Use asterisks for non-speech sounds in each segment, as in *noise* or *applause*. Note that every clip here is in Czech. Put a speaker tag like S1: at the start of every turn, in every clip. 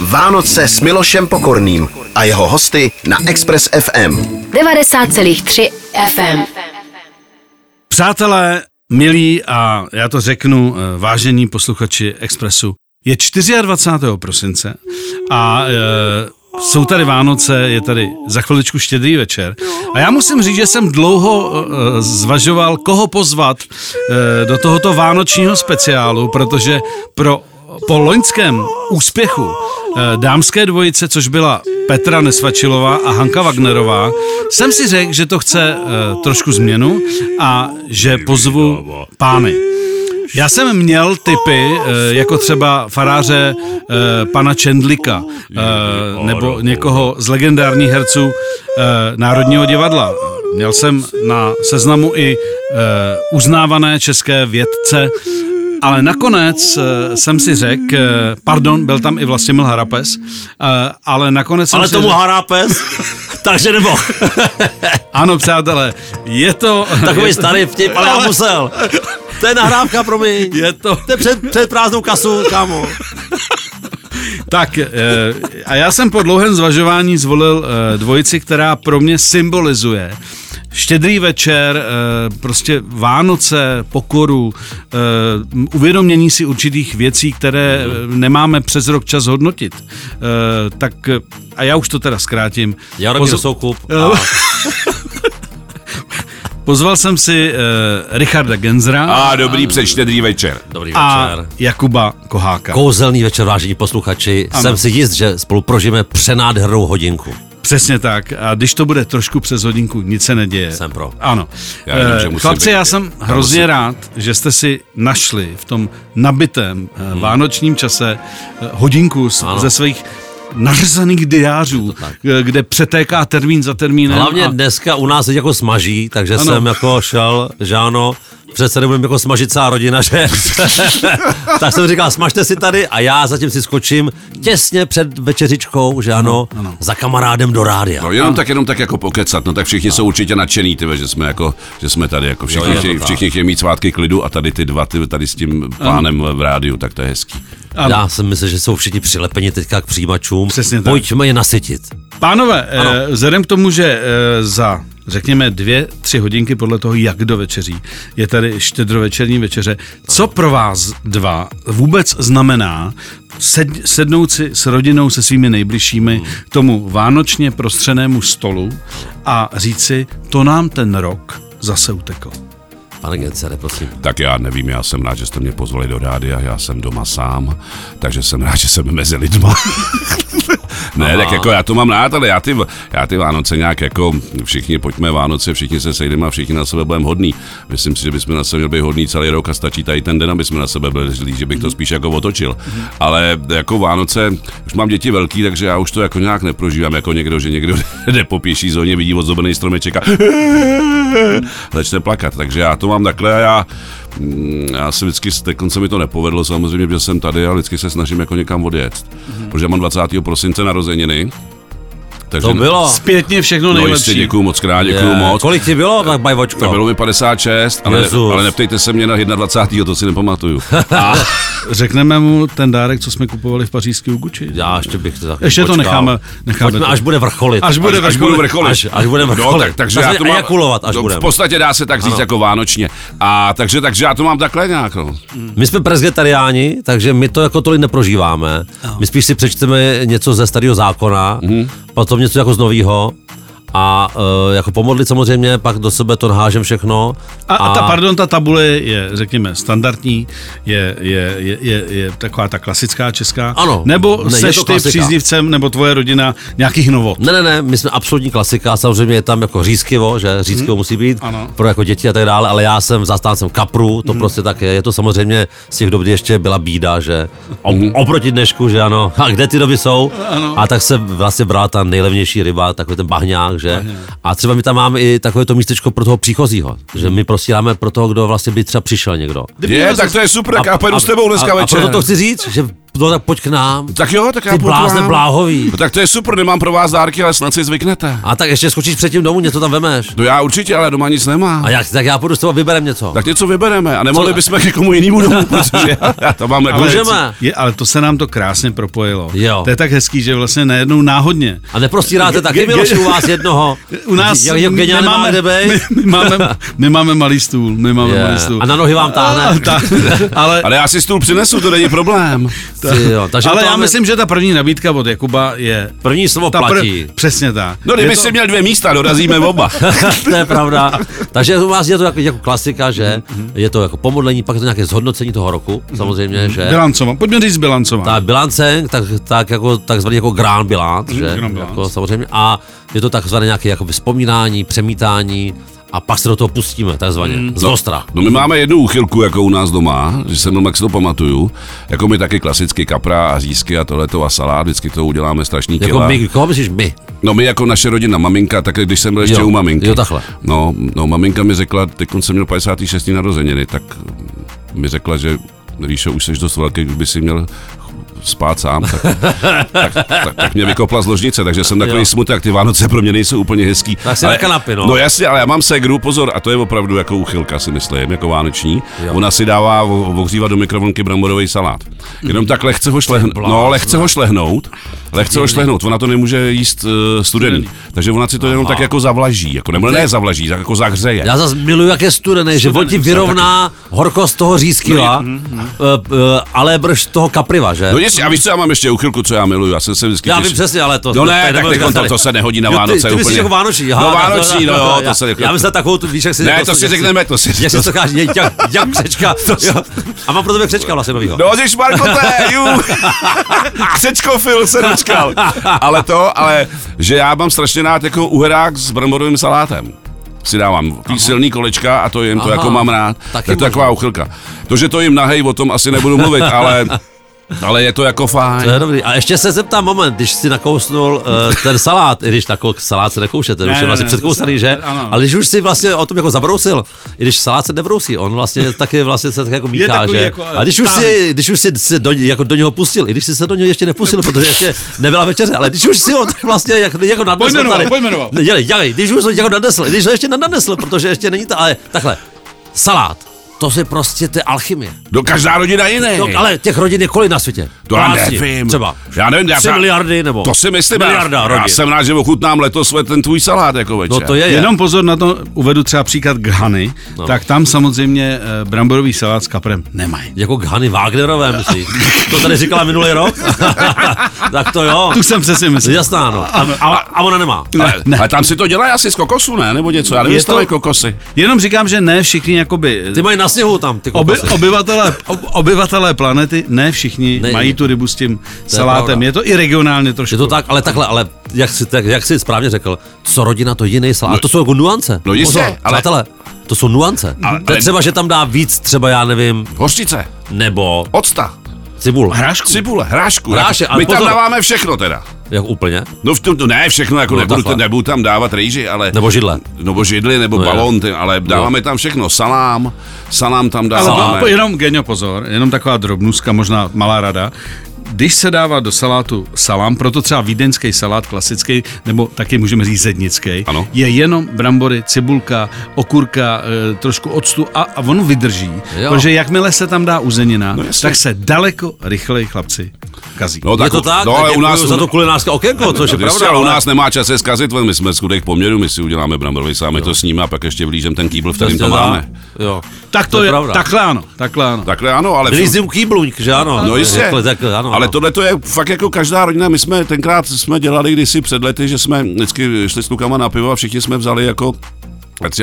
S1: Vánoce s Milošem Pokorným a jeho hosty na Express FM.
S2: 90,3 FM.
S3: Přátelé, milí a já to řeknu, eh, vážení posluchači Expressu, je 24. prosince a e, jsou tady Vánoce, je tady za chviličku štědrý večer. A já musím říct, že jsem dlouho e, zvažoval, koho pozvat e, do tohoto vánočního speciálu, protože pro po loňském úspěchu eh, dámské dvojice, což byla Petra Nesvačilová a Hanka Wagnerová, jsem si řekl, že to chce eh, trošku změnu a že pozvu pány. Já jsem měl typy, eh, jako třeba faráře eh, pana Čendlika eh, nebo někoho z legendárních herců eh, Národního divadla. Měl jsem na seznamu i eh, uznávané české vědce, ale nakonec eh, jsem si řekl, eh, pardon, byl tam i Vlastimil Harapes, eh, ale nakonec jsem
S4: Ale
S3: si
S4: tomu
S3: řekl, *laughs*
S4: hará pes, takže nebo
S3: ano přátelé, je to...
S4: *laughs* takový
S3: je to-
S4: starý vtip, ale já musel. To je nahrávka pro mě.
S3: Je to...
S4: To je před, před prázdnou kasu, kámo.
S3: Tak eh, a já jsem po dlouhém zvažování zvolil eh, dvojici, která pro mě symbolizuje štědrý večer, eh, prostě Vánoce, pokoru, eh, m- uvědomění si určitých věcí, které eh, nemáme přes rok čas hodnotit. Eh, Tak eh, a já už to teda zkrátím.
S4: Jaromír
S3: Pozor-
S4: Soukup.
S3: Jo. Pozval jsem si eh, Richarda Genzra
S5: A dobrý předštědrý večer.
S4: Dobrý
S3: a
S4: večer.
S3: Jakuba Koháka.
S4: Kouzelný večer, vážení posluchači. Jsem si jist, že spolu prožijeme přenádhernou hodinku.
S3: Přesně tak. A když to bude trošku přes hodinku, nic se neděje.
S4: Jsem pro.
S3: Ano.
S5: Já jenom,
S3: Eh,
S5: že musím
S3: Chlapci,
S5: být-
S3: já jsem
S5: já
S3: hrozně
S5: musím-
S3: rád, že jste si našli v tom nabitém eh, vánočním čase eh, hodinku z,
S4: Ano.
S3: ze svých nařezaných diářů, eh, kde přetéká termín za termínem.
S4: Hlavně
S3: Hmm, a-
S4: dneska u nás teď jako smaží, takže
S3: Ano.
S4: jsem jako šel, že ano, přece nebudeme jako smažit celá rodina, že? tak jsem říkal, smažte si tady a já zatím si skočím těsně před večeřičkou, že ano, za kamarádem do rádia.
S5: No jenom tak, jenom tak jako pokecat, no tak všichni jsou určitě nadšený, tyve, že jsme jako, že jsme tady jako všichni,
S4: Jo, jo,
S5: chtějí,
S4: to
S5: všichni chtějí mít svátky klidu a tady ty dva, ty, tady s tím pánem v rádiu, tak to je hezký.
S3: Ano.
S4: Já si myslím, že jsou všichni přilepeni teďka k přijímačům.
S3: Přesně tak.
S4: Pojďme je nasytit.
S3: Pánové, eh, vzhledem k tomu, že eh, za řekněme dvě, tři hodinky podle toho, jak do večeří, je tady štědrovečerní večeře. Co pro vás dva vůbec znamená sed, sednout si s rodinou, se svými
S5: Hmm.
S3: nejbližšími k tomu vánočně prostřenému stolu a říci, to nám ten rok zase utekl.
S4: Pane Gencere, prosím.
S5: Tak já nevím, já jsem rád, že jste mě pozvali do rádia, já jsem doma sám, takže jsem rád, že jsem mezi lidma. *laughs* ne, tak jako já to mám rád, ale já ty, já ty Vánoce nějak jako všichni pojďme Vánoce, všichni se sejdeme a všichni na sebe budeme hodní. Myslím si, že bychom na sebe měli být hodní celý rok a stačí tady ten den, aby jsme na sebe byli zlí, že bych to spíš jako otočil. Ale jako Vánoce, už mám děti velký, takže já už to jako nějak neprožívám, jako někdo, že někdo *laughs* jde po pěší zóně, vidí odzobený stromeček a *laughs* začne plakat. Takže já to mám takhle a já, mm, já se vždycky, teď se mi to nepovedlo samozřejmě, protože jsem tady a vždycky se snažím jako někam odjet. Protože já mám 20. prosince narozeniny. Takže
S4: To bylo.
S3: Zpětně všechno
S5: No
S3: nejlepší.
S5: jistě, děkuju moc krát, děkuju
S4: Eh,
S5: moc.
S4: Kolik ti bylo, tak bajvočko?
S5: To bylo mi 56, ale,
S4: No. Jezus.
S5: ale neptejte se mě na 21. to
S4: *laughs*
S5: si nepamatuju.
S3: Řekneme mu ten dárek, co jsme kupovali v pařížské Gucci.
S4: Já ještě bych to tak
S3: Ještě to
S4: počkal.
S3: necháme- necháme
S4: Pojďme,
S3: to.
S4: až bude vrcholit.
S3: Až bude
S5: až budu vrcholit. No,
S4: Až- až budeme vrcholit.
S5: tak, takže
S4: Vlastně
S5: já to mám,
S4: ejakulovat, až
S5: no,
S4: budeme.
S5: V podstatě dá se tak říct
S4: Ano.
S5: jako vánočně. A takže, takže já to mám takhle nějak. No.
S4: My jsme presbyteriáni, takže my to jako tolik neprožíváme.
S3: No.
S4: My spíš si přečteme něco ze starého zákona, potom něco jako z nového a e, jako pomodlit samozřejmě, pak do sebe to nahážem všechno.
S3: A, a ta, pardon, ta tabule je, řekněme, standardní, je, je, je, je, je taková ta klasická česká.
S4: Ano,
S3: Nebo
S4: ne, je
S3: seš
S4: to
S3: ty
S4: klasika.
S3: příznivcem, nebo tvoje rodina nějakých novot.
S4: Ne, ne, ne, my jsme absolutní klasika, samozřejmě je tam jako řízkivo, že řízkivo
S5: Hmm.
S4: musí být
S3: Ano.
S4: pro jako děti a tak dále, ale já jsem zastáncem kapru,
S5: Hmm.
S4: to prostě tak je, je to samozřejmě z těch dob, kdy ještě byla bída, že
S5: Mhm.
S4: oproti dnešku, že ano, *laughs* a kde ty doby jsou,
S3: Ano.
S4: a tak se vlastně brala ta nejlevnější ryba, takový ten bahňák, že, a třeba my tam máme i takové to místečko pro toho příchozího, že my prosíráme pro toho, kdo vlastně by třeba přišel někdo.
S5: Je, tak to je super, tak já pojedu s tebou
S4: a,
S5: dneska
S4: a
S5: večer.
S4: proto to chci říct, že no tak pojď k nám.
S5: Tak jo, tak já
S4: Ty
S5: půjdu
S4: blázne
S5: vám.
S4: bláhový.
S5: No, tak to je super, nemám pro vás dárky, ale snad si zvyknete.
S4: A tak ještě skočíš předtím domů, něco tam vemeš.
S5: No já určitě, ale doma nic nemám.
S4: A jak, tak já půjdu s tebou a vyberem něco.
S5: Tak něco vybereme a nemohli bychom k někomu jinému domů, protože
S4: *laughs*
S5: já, já to mám jako
S4: Můžeme.
S5: věci.
S3: Je, ale to se nám to krásně propojilo.
S4: Jo.
S3: To je tak hezký, že vlastně najednou náhodně.
S4: A neprostíráte taky,
S3: Ge- ge-
S4: Miloši, u vás jednoho.
S3: U nás
S4: Jak, jak geniálně má kde být.
S3: *laughs* my, my,
S4: *laughs*
S3: máme, my máme malý stůl, my máme
S4: Je.
S3: malý stůl.
S4: A na nohy vám táhne.
S3: A
S4: *laughs*
S3: ta, ale,
S5: Ale já si stůl přinesu, to není problém.
S4: Ty jo, takže
S3: ale
S4: to
S3: já
S4: máme-
S3: myslím, že ta první nabídka od Jakuba je
S4: První slovo
S3: ta
S4: platí. *laughs*
S3: přesně tak.
S5: No, kdyby
S3: Je to-
S5: si měl dvě místa, dorazíme oba.
S4: to je pravda. Takže u vás je to jako, jako klasika, že
S3: Mhm,
S4: je to jako pomodlení, pak je to nějaké zhodnocení toho roku,
S3: Mhm.
S4: samozřejmě, že
S3: Bilancován, pojďme říct bilancován.
S4: ta bilance, tak, tak jako takzvaný jako grand bilanc, že?
S3: grand bilanc.
S4: Jako, samozřejmě. A je to takzvané nějaké jako vzpomínání, přemítání a pak se do toho pustíme, takzvaně, z ostra.
S5: No my máme jednu úchylku, jako u nás doma, že jsem jak si to pamatuju, jako my taky klasicky kapra a řízky a tohleto a salát, vždycky to uděláme strašný
S4: Jako
S5: kila.
S4: my, koho myslíš my?
S5: No my jako naše rodina, maminka, tak když jsem byl ještě
S4: Jo,
S5: u maminky.
S4: jo, takhle.
S5: No, no maminka mi řekla, teď jsem měl 56. narozeniny, tak mi řekla, že Ríšo, už jsi dost velký, už by si měl spát sám, tak,
S4: *laughs*
S5: tak, tak, tak mě vykopla z ložnice, takže jsem takový
S4: Jo.
S5: smutek, ty Vánoce pro mě nejsou úplně hezký.
S4: Tak si na kanapy, no.
S5: No jasně, ale já mám ségru, pozor, a to je opravdu jako uchylka, si myslím, jako vánoční.
S4: Jo.
S5: Jo. Ona si dává o- ohřívat do mikrovlnky bramborový salát. Jenom tak lehce ho, šlehn... no, lehce ho šlehnout, lehce ho šlehnout, ona to nemůže jíst uh, studený, takže ona si to jenom tak jako zavlaží, jako nebo ne zavlaží, tak jako zahřeje.
S4: Já zase miluju, jak je studený, že on ti vyrovná horkost toho řízkyla, ale brž toho kapriva, že?
S5: mm, No jasně, a víš co, já mám ještě uchylku, co já miluju, já jsem se vždycky
S4: Já
S5: těšil.
S4: vím přesně, ale to...
S5: No ne,
S4: je
S5: tak
S4: nebylo
S5: teďkon to-
S4: tady.
S5: to se nehodí na
S4: Jo, ty-
S5: Vánoce
S4: Ty myslíš
S5: úplně.
S4: jako vánoční,
S5: No, vánoční, no,
S4: jo, *laughs*
S5: to se-
S4: Já myslím takovou tu, víš, jak si...
S5: Ne, to si řekneme, to si-
S4: Jak si
S5: to-
S4: to káže, jak, jak křečka. jo. A mám pro tebe křečka vlastně novýho.
S5: No, že Markote, ju. *laughs* Křečkofil se dočkal. Ale to, ale, že já mám strašně rád jako uherák s bramborovým salátem. Si dávám ty silný kolečka a to jim to
S4: Aha.
S5: jako mám rád.
S4: Taky
S5: Tak to je
S4: možná.
S5: taková uchylka. To, že to jim nahej, o tom asi nebudu mluvit, ale, ale je to jako
S4: To je
S5: fajn.
S4: dobrý. A ještě se zeptám moment, když si nakousnul uh, ten salát, i když tako, salát se nekouše, ten
S3: Ne,
S4: už je
S3: ne,
S4: vlastně
S3: ne,
S4: předkousaný,
S3: to se-
S4: že?
S3: ano.
S4: Ale když už si vlastně o tom jako zabrousil, i když salát se nebrousí, on vlastně taky vlastně se tak jako míchá,
S3: takový
S4: že?
S3: jako,
S4: a když už, si, když už si se do, jako do něho pustil, i když si se do něho ještě nepustil, protože ještě nebyla večeře, ale když už si ho tak vlastně jako, jako nadnesl
S3: Pojmenoval,
S4: tady.
S3: pojmenoval.
S4: Ne, dělej, dělej, když už ho jako nadnesl, i když ho ještě nenadnesl, protože ještě není to, ale takhle, salát, to je prostě ty alchymie.
S5: Do každá rodina jiný.
S4: No, ale těch rodin je kolik na světě?
S5: To já
S4: Plácni,
S5: nevím.
S4: Třeba.
S5: Já nevím, já
S4: Tři
S5: ta-
S4: miliardy nebo?
S5: To si myslím,
S4: Miliarda
S5: já,
S4: rodin.
S5: já jsem rád, že ochutnám letos ten tvůj salát jako večer.
S4: No to je, je.
S3: Jenom pozor na to, uvedu třeba příklad Ghany, no. tak tam samozřejmě eh, bramborový salát s kaprem nemají.
S4: Jako k Hany Wagnerové, myslíš? To tady říkala minulý rok? *laughs* tak to jo.
S3: Tu jsem přesně myslel.
S4: Jasná, no. A, a, a ona nemá.
S5: ale,
S3: ne.
S5: ale, tam si to dělá asi z kokosu, ne? Nebo něco, já nevím,
S3: Je
S5: jestli to...
S3: to-
S5: mají kokosy.
S3: Jenom říkám, že ne všichni jakoby...
S4: Ty mají na sněhu tam, ty
S3: Oby,
S4: kokosy.
S3: obyvatelé, ob, obyvatelé planety, ne všichni
S4: Ne,
S3: ne,
S4: ne.
S3: mají tu rybu s tím salátem.
S4: pravda.
S3: Je to i regionálně trošku.
S4: Je to tak, ale takhle, ale jak jsi, tak, jak jsi správně řekl, co rodina, to jiný salát. No, to jsou jako nuance.
S5: no jistě,
S4: Pozor,
S5: ale-
S4: Přátelé, to jsou nuance.
S5: Ale-
S4: to je
S5: ale-
S4: třeba, že tam dá víc, třeba já nevím,
S5: Hořčice,
S4: nebo
S5: octa,
S4: cibul.
S3: Hrášku.
S5: cibule, hrášku.
S4: Hráše,
S5: jako-
S4: ale
S5: My tam
S4: pozor.
S5: dáváme všechno teda.
S4: Jak úplně?
S5: No v tom, no ne, všechno, jako
S4: No,
S5: no, nebudu,
S4: takhle.
S5: t- nebudu tam dávat rejži, ale...
S4: Nebo židle.
S5: Nebo židli, nebo
S4: No
S5: no,
S4: jo.
S5: balon, ty, ale dáváme tam všechno. Salám, salám tam dáváme.
S3: Ale po, No, jenom, Genio, pozor, jenom taková drobnůzka, možná malá rada. Když se dává do salátu salám, proto třeba vídeňský salát klasický, nebo taky můžeme říct zednický,
S5: Ano.
S3: je jenom brambory, cibulka, okurka, e, trošku octu a, a on vydrží.
S4: Jo.
S3: Jo. Protože jakmile se tam dá uzenina, no
S5: jasně.
S3: tak se daleko rychleji chlapci kazí.
S5: No,
S4: Tak, je to tak?
S5: No, ale u nás...
S4: za to kulinářské okénko, což je
S5: Jasně,
S4: pravda.
S5: ale u
S4: ale-
S5: nás nemá čas se zkazit, ven, my jsme z chudých poměrů, my si uděláme bramborový sám, my to sníme a pak ještě vlížem ten kýbl, v kterým
S4: Přesně
S5: to
S4: tak.
S5: máme.
S4: prostě Jo.
S3: tak to,
S4: to je
S3: je,
S4: pravda.
S3: takhle ano, takhle ano.
S5: Takhle ano, ale...
S4: Byli z kýbluňk, že ano?
S5: No jistě,
S4: Takhle, takhle, ano, no.
S5: ale
S4: ano.
S5: tohle to je fakt jako každá rodina. My jsme tenkrát jsme dělali kdysi před lety, že jsme vždycky šli s klukama na pivo a všichni jsme vzali jako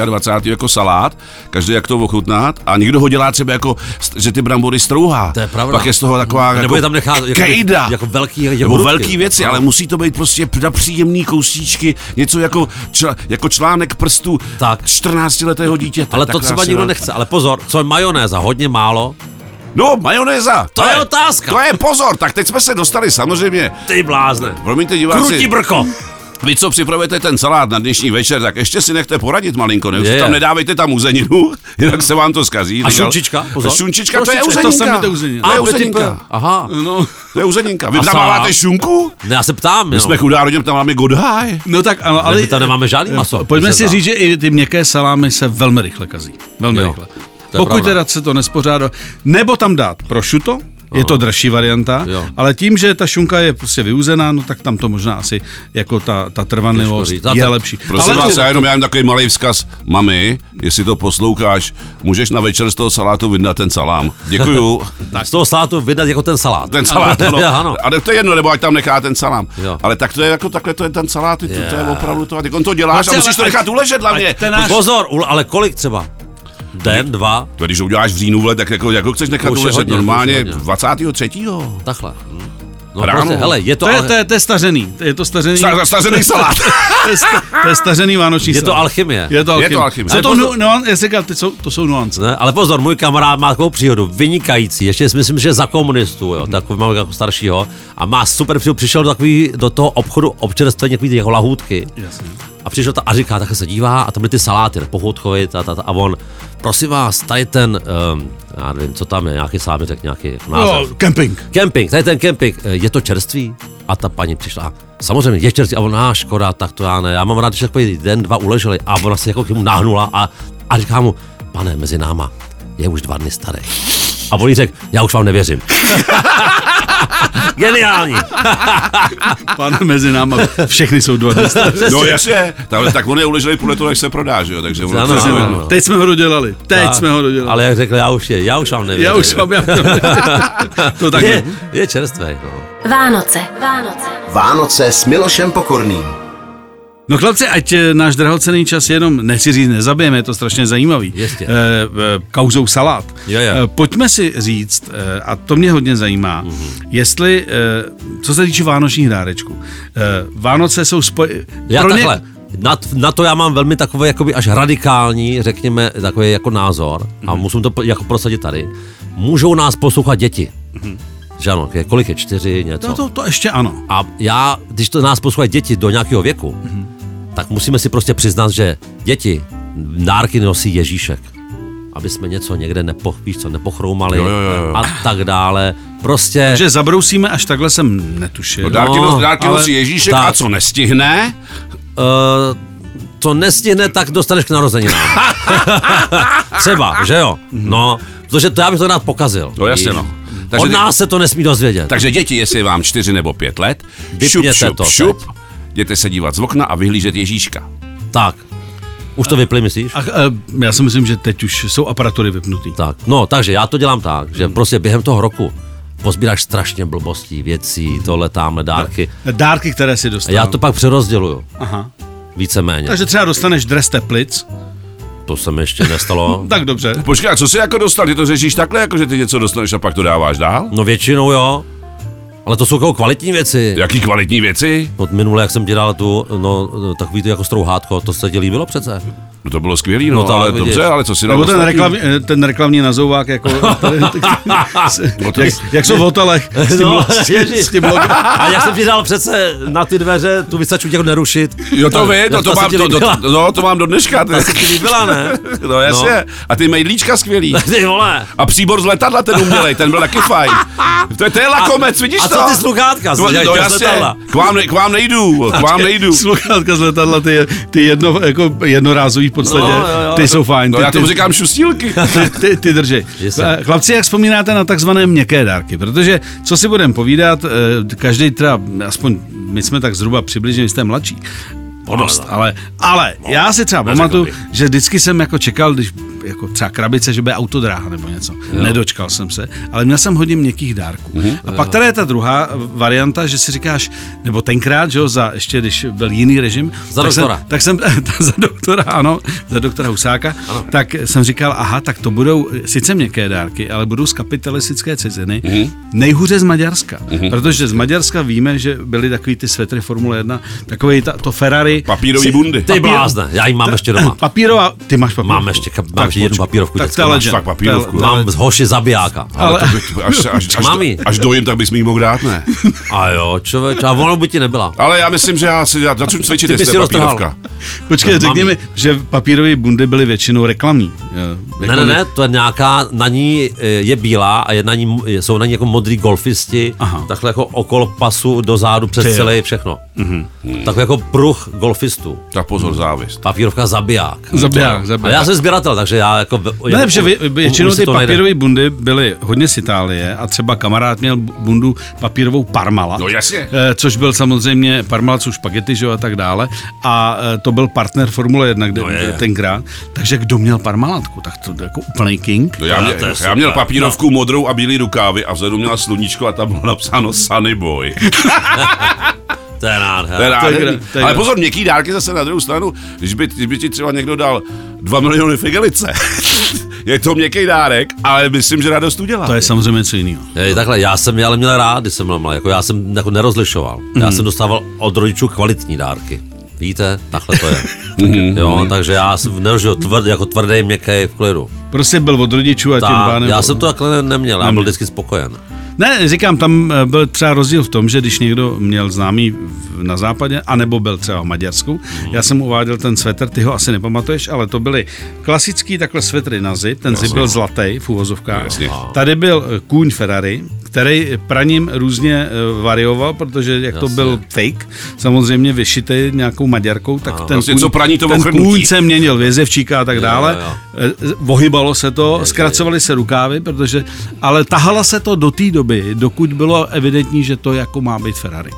S5: 23. jako salát, každý jak to ochutnat a někdo ho dělá třeba jako, st- že ty brambory strouhá.
S4: To je pravda.
S5: Pak je z toho taková
S4: Nebo
S5: jako
S4: je tam nechá jako,
S5: kejda.
S4: jako velký jako
S5: nebo
S4: hrudky.
S5: velký věci, ale musí to být prostě na příjemný kousíčky, něco jako, čl, jako článek prstů
S4: Tak.
S5: 14-letého dítěte.
S4: Ale
S5: Tak
S4: to
S5: já
S4: třeba
S5: si
S4: nikdo
S5: rád-
S4: nechce. Ale pozor, co je majonéza, hodně málo.
S5: No, majonéza.
S4: To je otázka.
S5: To je pozor, tak teď jsme se dostali samozřejmě
S4: Ty blázne.
S5: Promiňte diváci.
S4: Krutí brko.
S5: Vy, co připravujete ten salát na dnešní večer, tak ještě si nechte poradit malinko, ne? Už
S4: Je, je.
S5: tam nedávejte tam uzeninu, *laughs* jinak se vám to zkazí.
S4: A
S5: Tak ale-
S4: šunčička, pozor.
S5: A Šunčička, to je
S3: Šunčička, to
S5: uzeninka.
S3: sami to uzenina.
S5: To je
S4: A,
S5: uzeninka.
S4: Petipa. Aha.
S3: No,
S5: To je uzeninka. Vy
S4: A
S5: tam máváte
S4: salát?
S5: šunku?
S4: Ne, já se ptám,
S5: My
S4: jo.
S5: jsme chudá rodina, tam máme godhaj.
S3: no tak ano,
S4: Ale
S3: ale...
S4: my tam nemáme žádný maso.
S3: Pojďme si
S4: Zda.
S3: říct, že i ty měkké salámy se velmi rychle kazí. Velmi
S4: Jo,
S3: rychle.
S4: to je
S3: Pokud
S4: pravda.
S3: teda se to nespořádá, nebo tam dát prošuto, je to dražší varianta,
S4: Jo.
S3: ale tím, že ta šunka je prostě vyuzená, no tak tam to možná asi jako ta, ta trvanlivost
S4: Těžko říct.
S3: je
S4: A to-
S3: lepší.
S5: Prosím
S3: ale
S5: vás, já jenom já jim takový malý vzkaz. Mami, jestli to posloucháš, můžeš na večer z toho salátu vyndat ten salám. Děkuju.
S4: *laughs* Tak z toho salátu vydat jako ten salát. *laughs*
S5: Ten salát, no. ano.
S4: ano.
S5: A to je jedno, nebo ať tam nechá ten salám.
S4: Jo.
S5: Ale tak to je jako takhle, to je ten salát, to, to je
S4: Je.
S5: opravdu to. A teď on to děláš
S3: Vlastně,
S5: a musíš
S3: ale
S5: to
S3: ať-
S5: nechat uležet hlavně.
S3: Ten náš,
S4: Pozor, ul- ale kolik třeba? Den, dva,
S5: To když uděláš v říjnu, vole, tak jako, jako chceš nechat
S4: Už je
S5: uležet
S4: hodně,
S5: normálně
S4: už je hodně.
S5: 23.
S4: takhle. Hm. No
S5: Ráno.
S4: prostě, hele, je to,
S3: to, je,
S4: al-
S3: to, je, to je stařený. Je to stařený,
S5: Sta- Stařený salát.
S3: *laughs* to je, sta, to je stařený vánoční
S4: *laughs* je to
S3: salát.
S4: alchymie.
S3: Je to alchymie.
S5: alchymie.
S3: Jsou
S5: Ale
S3: to,
S5: pozor-
S3: nu, nuan, já si říkal, ty jsou, to jsou nuance.
S4: Ne, ale pozor, můj kamarád má takovou příhodu, vynikající, ještě si myslím, že za komunistů, jo, takový mám jako staršího, a má super příhodu, přišel do, takový, do toho obchodu občerstvení, takový ty jeho lahůdky,
S3: Jasně.
S4: a přišel ta, a říká, takhle se dívá, a tam byly ty saláty, pochoutkovi, ta, ta, ta, a on, prosím vás, tady ten, um, já nevím, co tam je, nějaký sám řekl nějaký jako název.
S3: No, kemping.
S4: Kemping, tady ten kemping, eh, je to čerstvý? A ta paní přišla, a samozřejmě je čerstvý, a ona, "Ah, škoda, tak to já ne, já mám rád, že takový den, dva uleželi, a ona se jako k němu nahnula a, a říká mu, pane, mezi náma, je už dva dny starý. A on jí řekl, já už vám nevěřím. *laughs* Geniální.
S3: Pane, mezi náma všechny jsou dva. dny staří.
S5: No jasně, tak, tak on je uleželi podle toho, jak se prodá, že jo, takže ono
S4: Ano,
S5: to je
S4: ano,
S5: jedno.
S4: ano.
S3: Teď jsme ho dodělali. Teď jsme ho dodělali.
S4: Ale jak řekl, já už je, já už vám nevěřím.
S3: Já už jsem, já to, *laughs* to tak
S4: je,
S3: je.
S4: je čerstvý, no.
S2: Vánoce. Vánoce.
S1: Vánoce s Milošem Pokorným.
S3: No chlapci, ať eh, náš drahocený čas jenom, nechci říct, nezabijeme, je to strašně zajímavý.
S4: Jistě.
S3: Eh, eh, kauzou salát.
S4: Jo, jo.
S3: Eh, pojďme si říct, eh, a to mě hodně zajímá,
S4: Mhm.
S3: jestli, eh, co se týče vánočních dárečků, eh, Vánoce jsou spoj...
S4: Já Pro takhle. Na, t- na to já mám velmi takový jakoby až radikální, řekněme, takový jako názor a
S5: Mhm.
S4: musím to po- jako prosadit tady. Můžou nás poslouchat děti.
S5: Mhm.
S4: Že ano, je- kolik je? Čtyři,
S3: To,
S4: něco.
S5: No
S3: No, to, to ještě ano.
S4: A já, když to nás poslouchají děti do nějakého věku,
S5: Mhm.
S4: tak musíme si prostě přiznat, že děti dárky nosí Ježíšek. Aby jsme něco někde nepo, víš co, nepochroumali
S5: Jo, jo, jo, jo.
S4: a tak dále. Prostě...
S3: Že zabrousíme až takhle jsem netušil.
S5: No, dárky,
S4: No,
S5: no, dárky
S4: ale-
S5: nosí Ježíšek
S4: tak.
S5: a co nestihne,
S4: Eh, to nestihne, tak dostaneš k narozeninám. *laughs* Třeba, že jo? No, protože to já bych to rád pokazil.
S5: No jasně, no.
S4: Takže
S5: Takže
S4: Od
S5: ty-
S4: nás se to nesmí dozvědět.
S5: takže děti, jestli je vám čtyři nebo pět let, šup,
S4: Vypněte
S5: šup,
S4: to teď.
S5: šup, jděte se dívat z okna a vyhlížet Ježíška.
S4: tak. Už to vypli, myslíš?
S3: A, eh, já si myslím, že teď už jsou aparatury vypnutý.
S4: Tak, no, takže já to dělám tak, že prostě během toho roku pozbíráš strašně blbostí, věcí, tohle, tamhle, dárky.
S3: Dárky, které si
S4: A
S3: dostal.
S4: já to pak přerozděluju,
S3: Aha.
S4: víceméně.
S3: Takže třeba dostaneš dres teplic,
S4: To se mi ještě nestalo.
S3: tak dobře.
S5: Počkej, a co jsi jako dostal? Ty to řešíš takhle, jako že ty něco dostaneš a pak to dáváš dál?
S4: No většinou jo, ale to jsou jako kvalitní věci.
S5: Jaký kvalitní věci?
S4: Od minule, jak jsem ti dal tu, no, takový to jako strouhátko, to se ti líbilo
S5: *laughs*
S4: přece.
S5: No to bylo skvělý, no,
S4: No to ale
S5: ale
S4: vidíš.
S5: dobře, ale co si dal
S3: Nebo ten,
S5: ostatní?
S3: reklam, eh, ten reklamní nazouvák,
S4: *laughs*
S3: jako, *laughs* jak, jak jsou v hotelech s tím,
S4: No,
S3: lo- s tím,
S4: *laughs* ježiš.
S3: s tím logem.
S4: A jak jsem ti dal přece na ty dveře, tu vystaču jako nerušit.
S5: Jo, to
S4: Tak,
S5: vy,
S4: jak
S5: no, to,
S4: se
S5: mám,
S4: ti
S5: to, to,
S4: líbila.
S5: to, no, to mám do dneška. Ty.
S4: Ta se ti líbila, ne?
S5: *laughs* No jasně. A ty mejdlíčka skvělý.
S4: *laughs* Ty vole.
S5: A příbor z letadla ten umělej, ten byl taky fajn. To je, to je lakomec, vidíš
S4: a
S5: to?
S4: co ty sluchátka?
S5: No,
S4: Jsi-
S5: no
S4: jsi
S5: jasně,
S4: letadla.
S5: k vám, ne, k vám nejdu, k vám nejdu.
S3: Sluchátka z letadla, ty, ty jedno, jako jednorázový v podstatě,
S4: No, jo, jo.
S3: ty jsou fajn.
S5: No
S3: ty,
S5: já tomu
S3: ty-
S5: říkám šustílky.
S4: *laughs*
S3: ty, *laughs* ty, ty držej.
S4: Že se-
S3: Eh, Chlapci, jak vzpomínáte na takzvané měkké dárky? Protože, co si budeme povídat, eh, každý teda, aspoň my jsme tak zhruba přibližně, vy jste mladší, podost, ale, ale
S4: No,
S3: já si třeba pamatuju,
S5: bych.
S3: že vždycky jsem jako čekal, když jako třeba krabice, že bude autodráha nebo něco. Jo. Nedočkal jsem se, ale měl jsem hodně měkkých dárků.
S4: Mhm.
S3: Mm-hmm. A pak tady je ta druhá varianta, že si říkáš, nebo tenkrát, že jo, za, ještě když byl jiný režim,
S4: Za
S3: tak
S4: doktora.
S3: Jsem, tak jsem *laughs* za doktora, ano, za doktora Husáka, ano. tak jsem říkal, aha, tak to budou sice měkké dárky, ale budou z kapitalistické ciziny, mm-hmm. nejhůře z Maďarska, mm-hmm. protože z Maďarska víme, že byly takový ty svetry Formule 1, takový ta, to Ferrari který...
S5: Papírový bundy. No,
S4: Ty blázne, já ji mám ještě
S5: *laughs*
S4: doma.
S3: Papírová, ty máš papírovku.
S4: Mám ještě, kap- mám ještě jednu papírovku.
S3: Tak
S4: děcka,
S3: to je
S4: mám.
S3: legend.
S5: fakt papírovku.
S3: To je-
S4: Mám z hoši zabijáka.
S5: Ale to by, až, až, až,
S4: Mami.
S5: až dojím, tak bys mi ji mohl dát, ne?
S4: A jo, člověk, a ono by ti nebyla.
S5: Ale já myslím, že já si já začnu cvičit,
S4: Ty bys
S5: jestli
S4: si
S5: je
S4: roztrhal.
S5: papírovka.
S3: Počkej,
S4: Mám
S3: řekni
S4: ji.
S3: mi, že papírové bundy byly většinou reklamní. Eh,
S4: Ne,
S3: jako
S4: ne, ne, to je nějaká, na ní eh, je bílá a je na ní, jsou na ní jako modrý golfisti,
S3: Aha.
S4: Aha. takhle jako okolo pasu, dozadu, přes
S3: Ty jo.
S4: celý, všechno. Mm-hmm. Tak jako pruh golfistů.
S5: Tak pozor, závist.
S4: Papírovka zabiják.
S3: Zabiják,
S4: Ale
S3: zabiják.
S4: já jsem sběratel, takže já jako...
S3: Ne,
S4: jako-
S3: protože vy-
S4: u- u- u-
S3: většinou
S4: si
S3: ty
S4: to najde.
S3: papírové bundy byly hodně z Itálie a třeba kamarád měl bundu papírovou parmala.
S5: No jasně.
S3: Eh, což byl samozřejmě Parmal, což špagety, že jo, a tak dále. A eh, to byl partner Formule 1 kde, no
S4: je.
S3: tenkrát. Takže kdo měl Parmalatku, tak to jako úplný king.
S5: No já, mě,
S4: Ah, to je
S5: já
S4: super.
S5: měl papírovku modrou a bílý rukávy a vzadu měla sluníčko a tam bylo napsáno Sunny Boy.
S4: To je nádhera.
S5: To je nádherný.
S3: gra- to je
S5: Ale
S3: gra.
S5: pozor, měkký dárky zase na druhou stranu, když by, když by ti třeba někdo dal 2 miliony figelice, *laughs* je to měkký dárek, ale myslím, že radost udělá.
S3: To je samozřejmě něco jiného.
S4: Hej, takhle, já jsem je ale měl rád, když jsem byl malý, jako já jsem jako nerozlišoval. Já jsem dostával od rodičů kvalitní dárky. Víte, takhle to je. Tak, jo, takže já jsem nerozlišoval tvrd, jako tvrdý, měkký, v klidu.
S3: Prostě byl od rodičů a tím
S4: Ta,
S3: pádem...
S4: já jsem to takhle ne- neměl, já byl vždycky spokojen.
S3: Ne, říkám, tam eh, byl třeba rozdíl v tom, že když někdo měl známý v- na západě, anebo byl třeba v Maďarsku,
S5: Mhm.
S3: já jsem uváděl ten svetr, ty ho asi nepamatuješ, ale to byly klasický takhle svetry na zip, ten zip byl zlatý v uvozovkách.
S5: Jasně.
S3: Tady byl eh, kůň Ferrari, který praním různě eh, varioval, protože jak to
S4: Jasně.
S3: byl fake, samozřejmě vyšitý nějakou maďarkou, tak ten
S5: Prostě co praní, to
S3: ten
S5: ochrnutí.
S3: kůň se měnil v jezevčíka a tak dále.
S4: jo.
S3: Eh, Ohybalo se to, zkracovaly se rukávy, protože, ale tahalo se to do té doby, dokud bylo evidentní, že to jako má být Ferrari.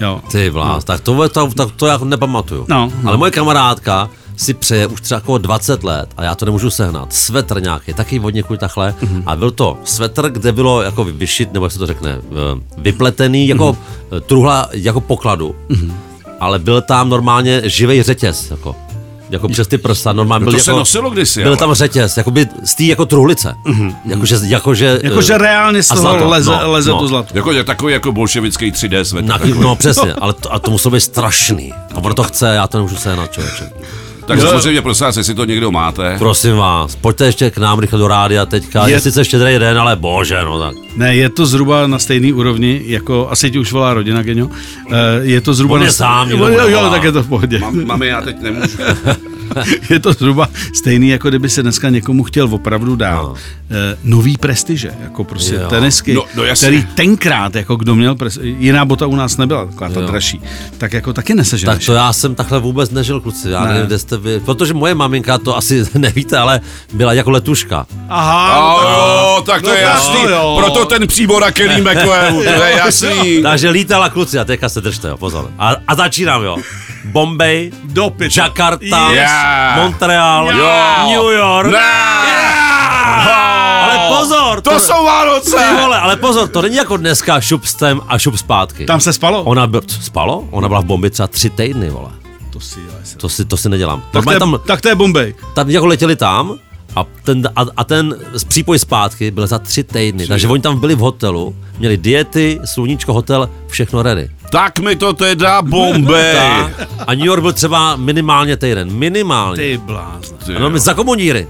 S3: Jo.
S4: Ty vlás, tak to, je- to, tak to já jako nepamatuju.
S3: No, no.
S4: Ale moje kamarádka si přeje už třeba jako 20 let a já to nemůžu sehnat. Svetr nějaký, taky od někud takhle.
S3: Mhm.
S4: Mm-hmm. A byl to svetr, kde bylo jako vyšit, nebo jak se to řekne, eh, vypletený jako
S3: Mhm.
S4: mm-hmm. truhla jako pokladu. Mm-hmm. Ale byl tam normálně živý řetěz, jako, jako přes ty prsa. Normálně
S3: No
S5: to
S4: byl
S5: se
S4: jako,
S5: nosilo kdysi,
S4: Byl
S5: ale.
S4: tam řetěz, jakoby z té jako truhlice. Mm-hmm. Jakože, jakože,
S3: Mhm. Jakože
S4: eh,
S3: reálně z
S4: a
S3: toho
S4: zlato,
S3: leze,
S4: no,
S3: leze
S4: no.
S3: to zlato.
S5: Jako je takový jako bolševický 3D svět.
S4: Na,
S5: takový.
S4: no přesně, ale to, a to muselo být strašný. A proto chce, já to nemůžu sehnat, člověče.
S5: Tak samozřejmě, prosím vás, jestli to někdo máte.
S4: Prosím vás, pojďte ještě k nám rychle do rádia teďka.
S3: Je-
S4: Je, je sice štědrý den, ale bože, no tak.
S3: Ne, je to zhruba na stejné úrovni, jako asi ti už volá rodina, Genio. Eh, Je to zhruba
S4: On je
S3: na
S4: sám,
S3: jo,
S4: nikdo mu
S3: jo, jo,
S4: nevolá.
S3: tak je to v pohodě.
S5: Mam- Mami, já teď nemůžu.
S3: *laughs* je to zhruba stejný, jako kdyby se dneska někomu chtěl opravdu dát no. nový prestiže, jako prostě jo.
S4: Jo.
S3: tenisky,
S5: No- no jasně.
S3: který tenkrát, jako kdo měl, pres, jiná bota u nás nebyla, taková ta dražší, tak jako taky
S4: Tak
S3: neseženeš.
S4: to já jsem takhle vůbec nežil, kluci. Já
S3: Ne.
S4: ne. nevím, kde jste vy. Protože moje maminka, to asi *laughs* nevíte, ale byla jako letuška.
S3: Aha,
S5: A jo, tak to je
S3: No,
S5: jasný.
S3: jo.
S5: Proto ten příbor a Kelly McLeod, to je
S4: *laughs*
S5: jasný.
S4: Takže lítala kluci a teďka se držte, jo, pozor. A, a začínám, jo. Bombay,
S3: do pytle.
S4: Jakarta,
S5: Yes.
S4: Montreal,
S5: Jo.
S4: New York.
S5: Ne!
S4: Ale pozor,
S5: To jsou Vánoce!
S4: Ty vole, ale pozor, to není jako dneska šup stem a šup zpátky.
S3: Tam se spalo?
S4: Ona byl, co, spalo? Ona byla v bombi třeba tři týdny, vole.
S3: To si dělej se.
S4: To si, to si nedělám.
S3: Tak, to je,
S4: Normálně tam,
S3: tak to je Bombay.
S4: tam jako letěli tam a ten, a, a ten z- přípoj zpátky byl za tři týdny. Takže oni tam byli v hotelu, měli diety, sluníčko, hotel, všechno ready.
S5: Tak mi to
S4: *laughs*
S5: teda Bombay.
S4: A- A New York byl třeba minimálně týden. Minimálně.
S3: Ty blázna.
S5: Ty
S4: Ano,
S5: jo,
S4: my za komuníry.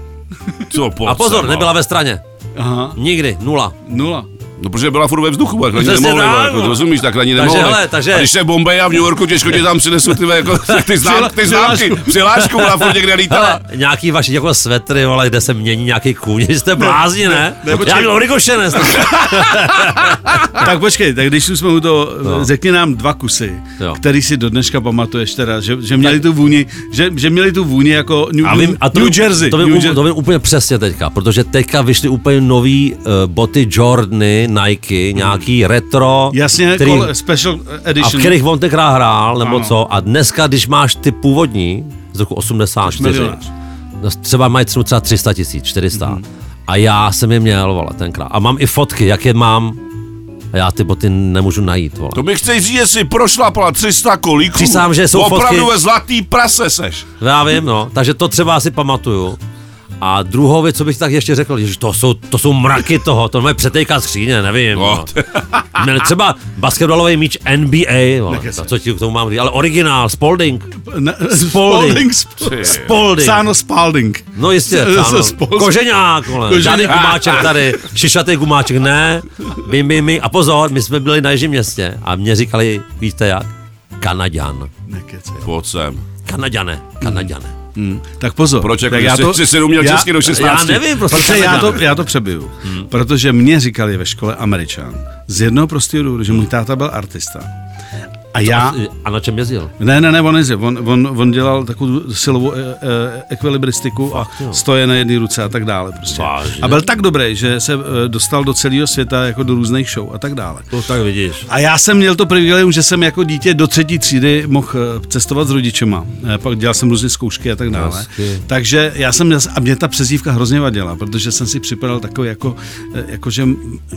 S5: co
S4: A pozor,
S5: podsema.
S4: nebyla ve straně.
S3: Aha,
S4: Nikdy, nula.
S3: nula.
S5: No, protože byla furt ve vzduchu, tak ani
S4: Přesně
S5: nemohli,
S4: tak,
S5: jako,
S4: no.
S5: to rozumíš, tak ani
S4: Takže
S5: nemohli.
S4: hele, takže-
S5: A když se v Bombeji a v New Yorku těžko ti tam přinesou ty, jako, ty, znám, ty známky,
S3: Přihlášku.
S5: přihlášku, ona furt někde lítala.
S4: Ale nějaký vaši jako svetry, vole, kde se mění nějaký kůň, *laughs* Vy jste blázni, ne?
S3: ne, počkej.
S4: Já byl rikošenes.
S3: *laughs* Tak počkej, tak když už jsme u toho, no. řekni nám dva kusy, jo.
S4: Jo.
S3: který si do dneška pamatuješ teda, že, že měli tu vůni, že, že měli tu vůni jako New,
S4: A vím, a to
S3: New
S4: vím-
S3: Jersey.
S4: To vím,
S3: New
S4: New to vím úplně přesně teďka, protože teďka vyšly úplně nový uh, boty Jordany, Nike, nějaký retro.
S3: Hmm. Jasně, který,
S4: který,
S3: kol, special
S4: a v
S3: edition.
S4: kterých on tenkrát hrál, nebo
S3: Ano.
S4: ano. co. A dneska, když máš ty původní z roku 84,
S3: milionář. Hmm.
S4: no, třeba mají cenu třeba 300 tisíc, 400. Mm-hmm. A já jsem je měl, vole, tenkrát. A mám i fotky, jak je mám. A já ty boty nemůžu najít, vole.
S5: To mi chceš říct, že jsi prošlapala 300 kolíků.
S4: Přísahám, že jsou
S5: Opravdu
S4: fotky-
S5: ve zlatý prase seš.
S4: no. Já vím, no. Takže to třeba asi pamatuju. A druhou věc, co bych tak ještě řekl, že to jsou, to jsou mraky toho, to je přetejká skříně, nevím.
S5: No.
S4: No. Měli třeba basketbalový míč NBA, vole,
S3: Nekecej.
S4: no, to, co ti k tomu mám říct, ale originál, Spalding.
S3: Ne,
S4: Spalding.
S3: Spalding.
S4: Spalding.
S3: Sáno Spalding.
S4: No jistě,
S3: S-
S4: ano.
S3: s- spol-
S4: Koženák, vole.
S3: Koženák.
S4: žádný gumáček tady, šišatý gumáček, ne, bim, bim, bim. A pozor, my jsme byli na Jižním městě a mě říkali, víte jak, Kanaďan.
S3: Nekecej.
S5: Pojď sem.
S4: Kanaďané, Kanaďané.
S3: Tak pozor.
S5: Proč, jako
S3: tak
S5: když jsi- jsi neuměl
S3: já-
S5: česky do 16?
S4: Já nevím, prostě Hmm.
S3: Protože já to,
S4: Kanaďan.
S3: já to přebiju. Protože mě říkali ve škole američan. Z jednoho prostého důvodu, že můj táta byl artista. A já...
S4: A na čem jezdil?
S3: Ne, ne, ne, on, jezdil. on, on, on dělal takovou silovou e, e, ekvilibristiku a stoje na jedné ruce a tak dále. Prostě.
S4: Vážně?
S3: A byl tak dobrý, že se e, dostal do celého světa jako do různých show a tak dále.
S4: To tak vidíš.
S3: A já jsem měl to privilegium, že jsem jako dítě do třetí třídy mohl eh, cestovat s rodičema. Eh, Pak dělal jsem různé zkoušky a tak dále.
S4: Hezky.
S3: Takže já jsem, měl- a mě ta přezdívka hrozně vadila, protože jsem si připadal takový jako, eh, jako že,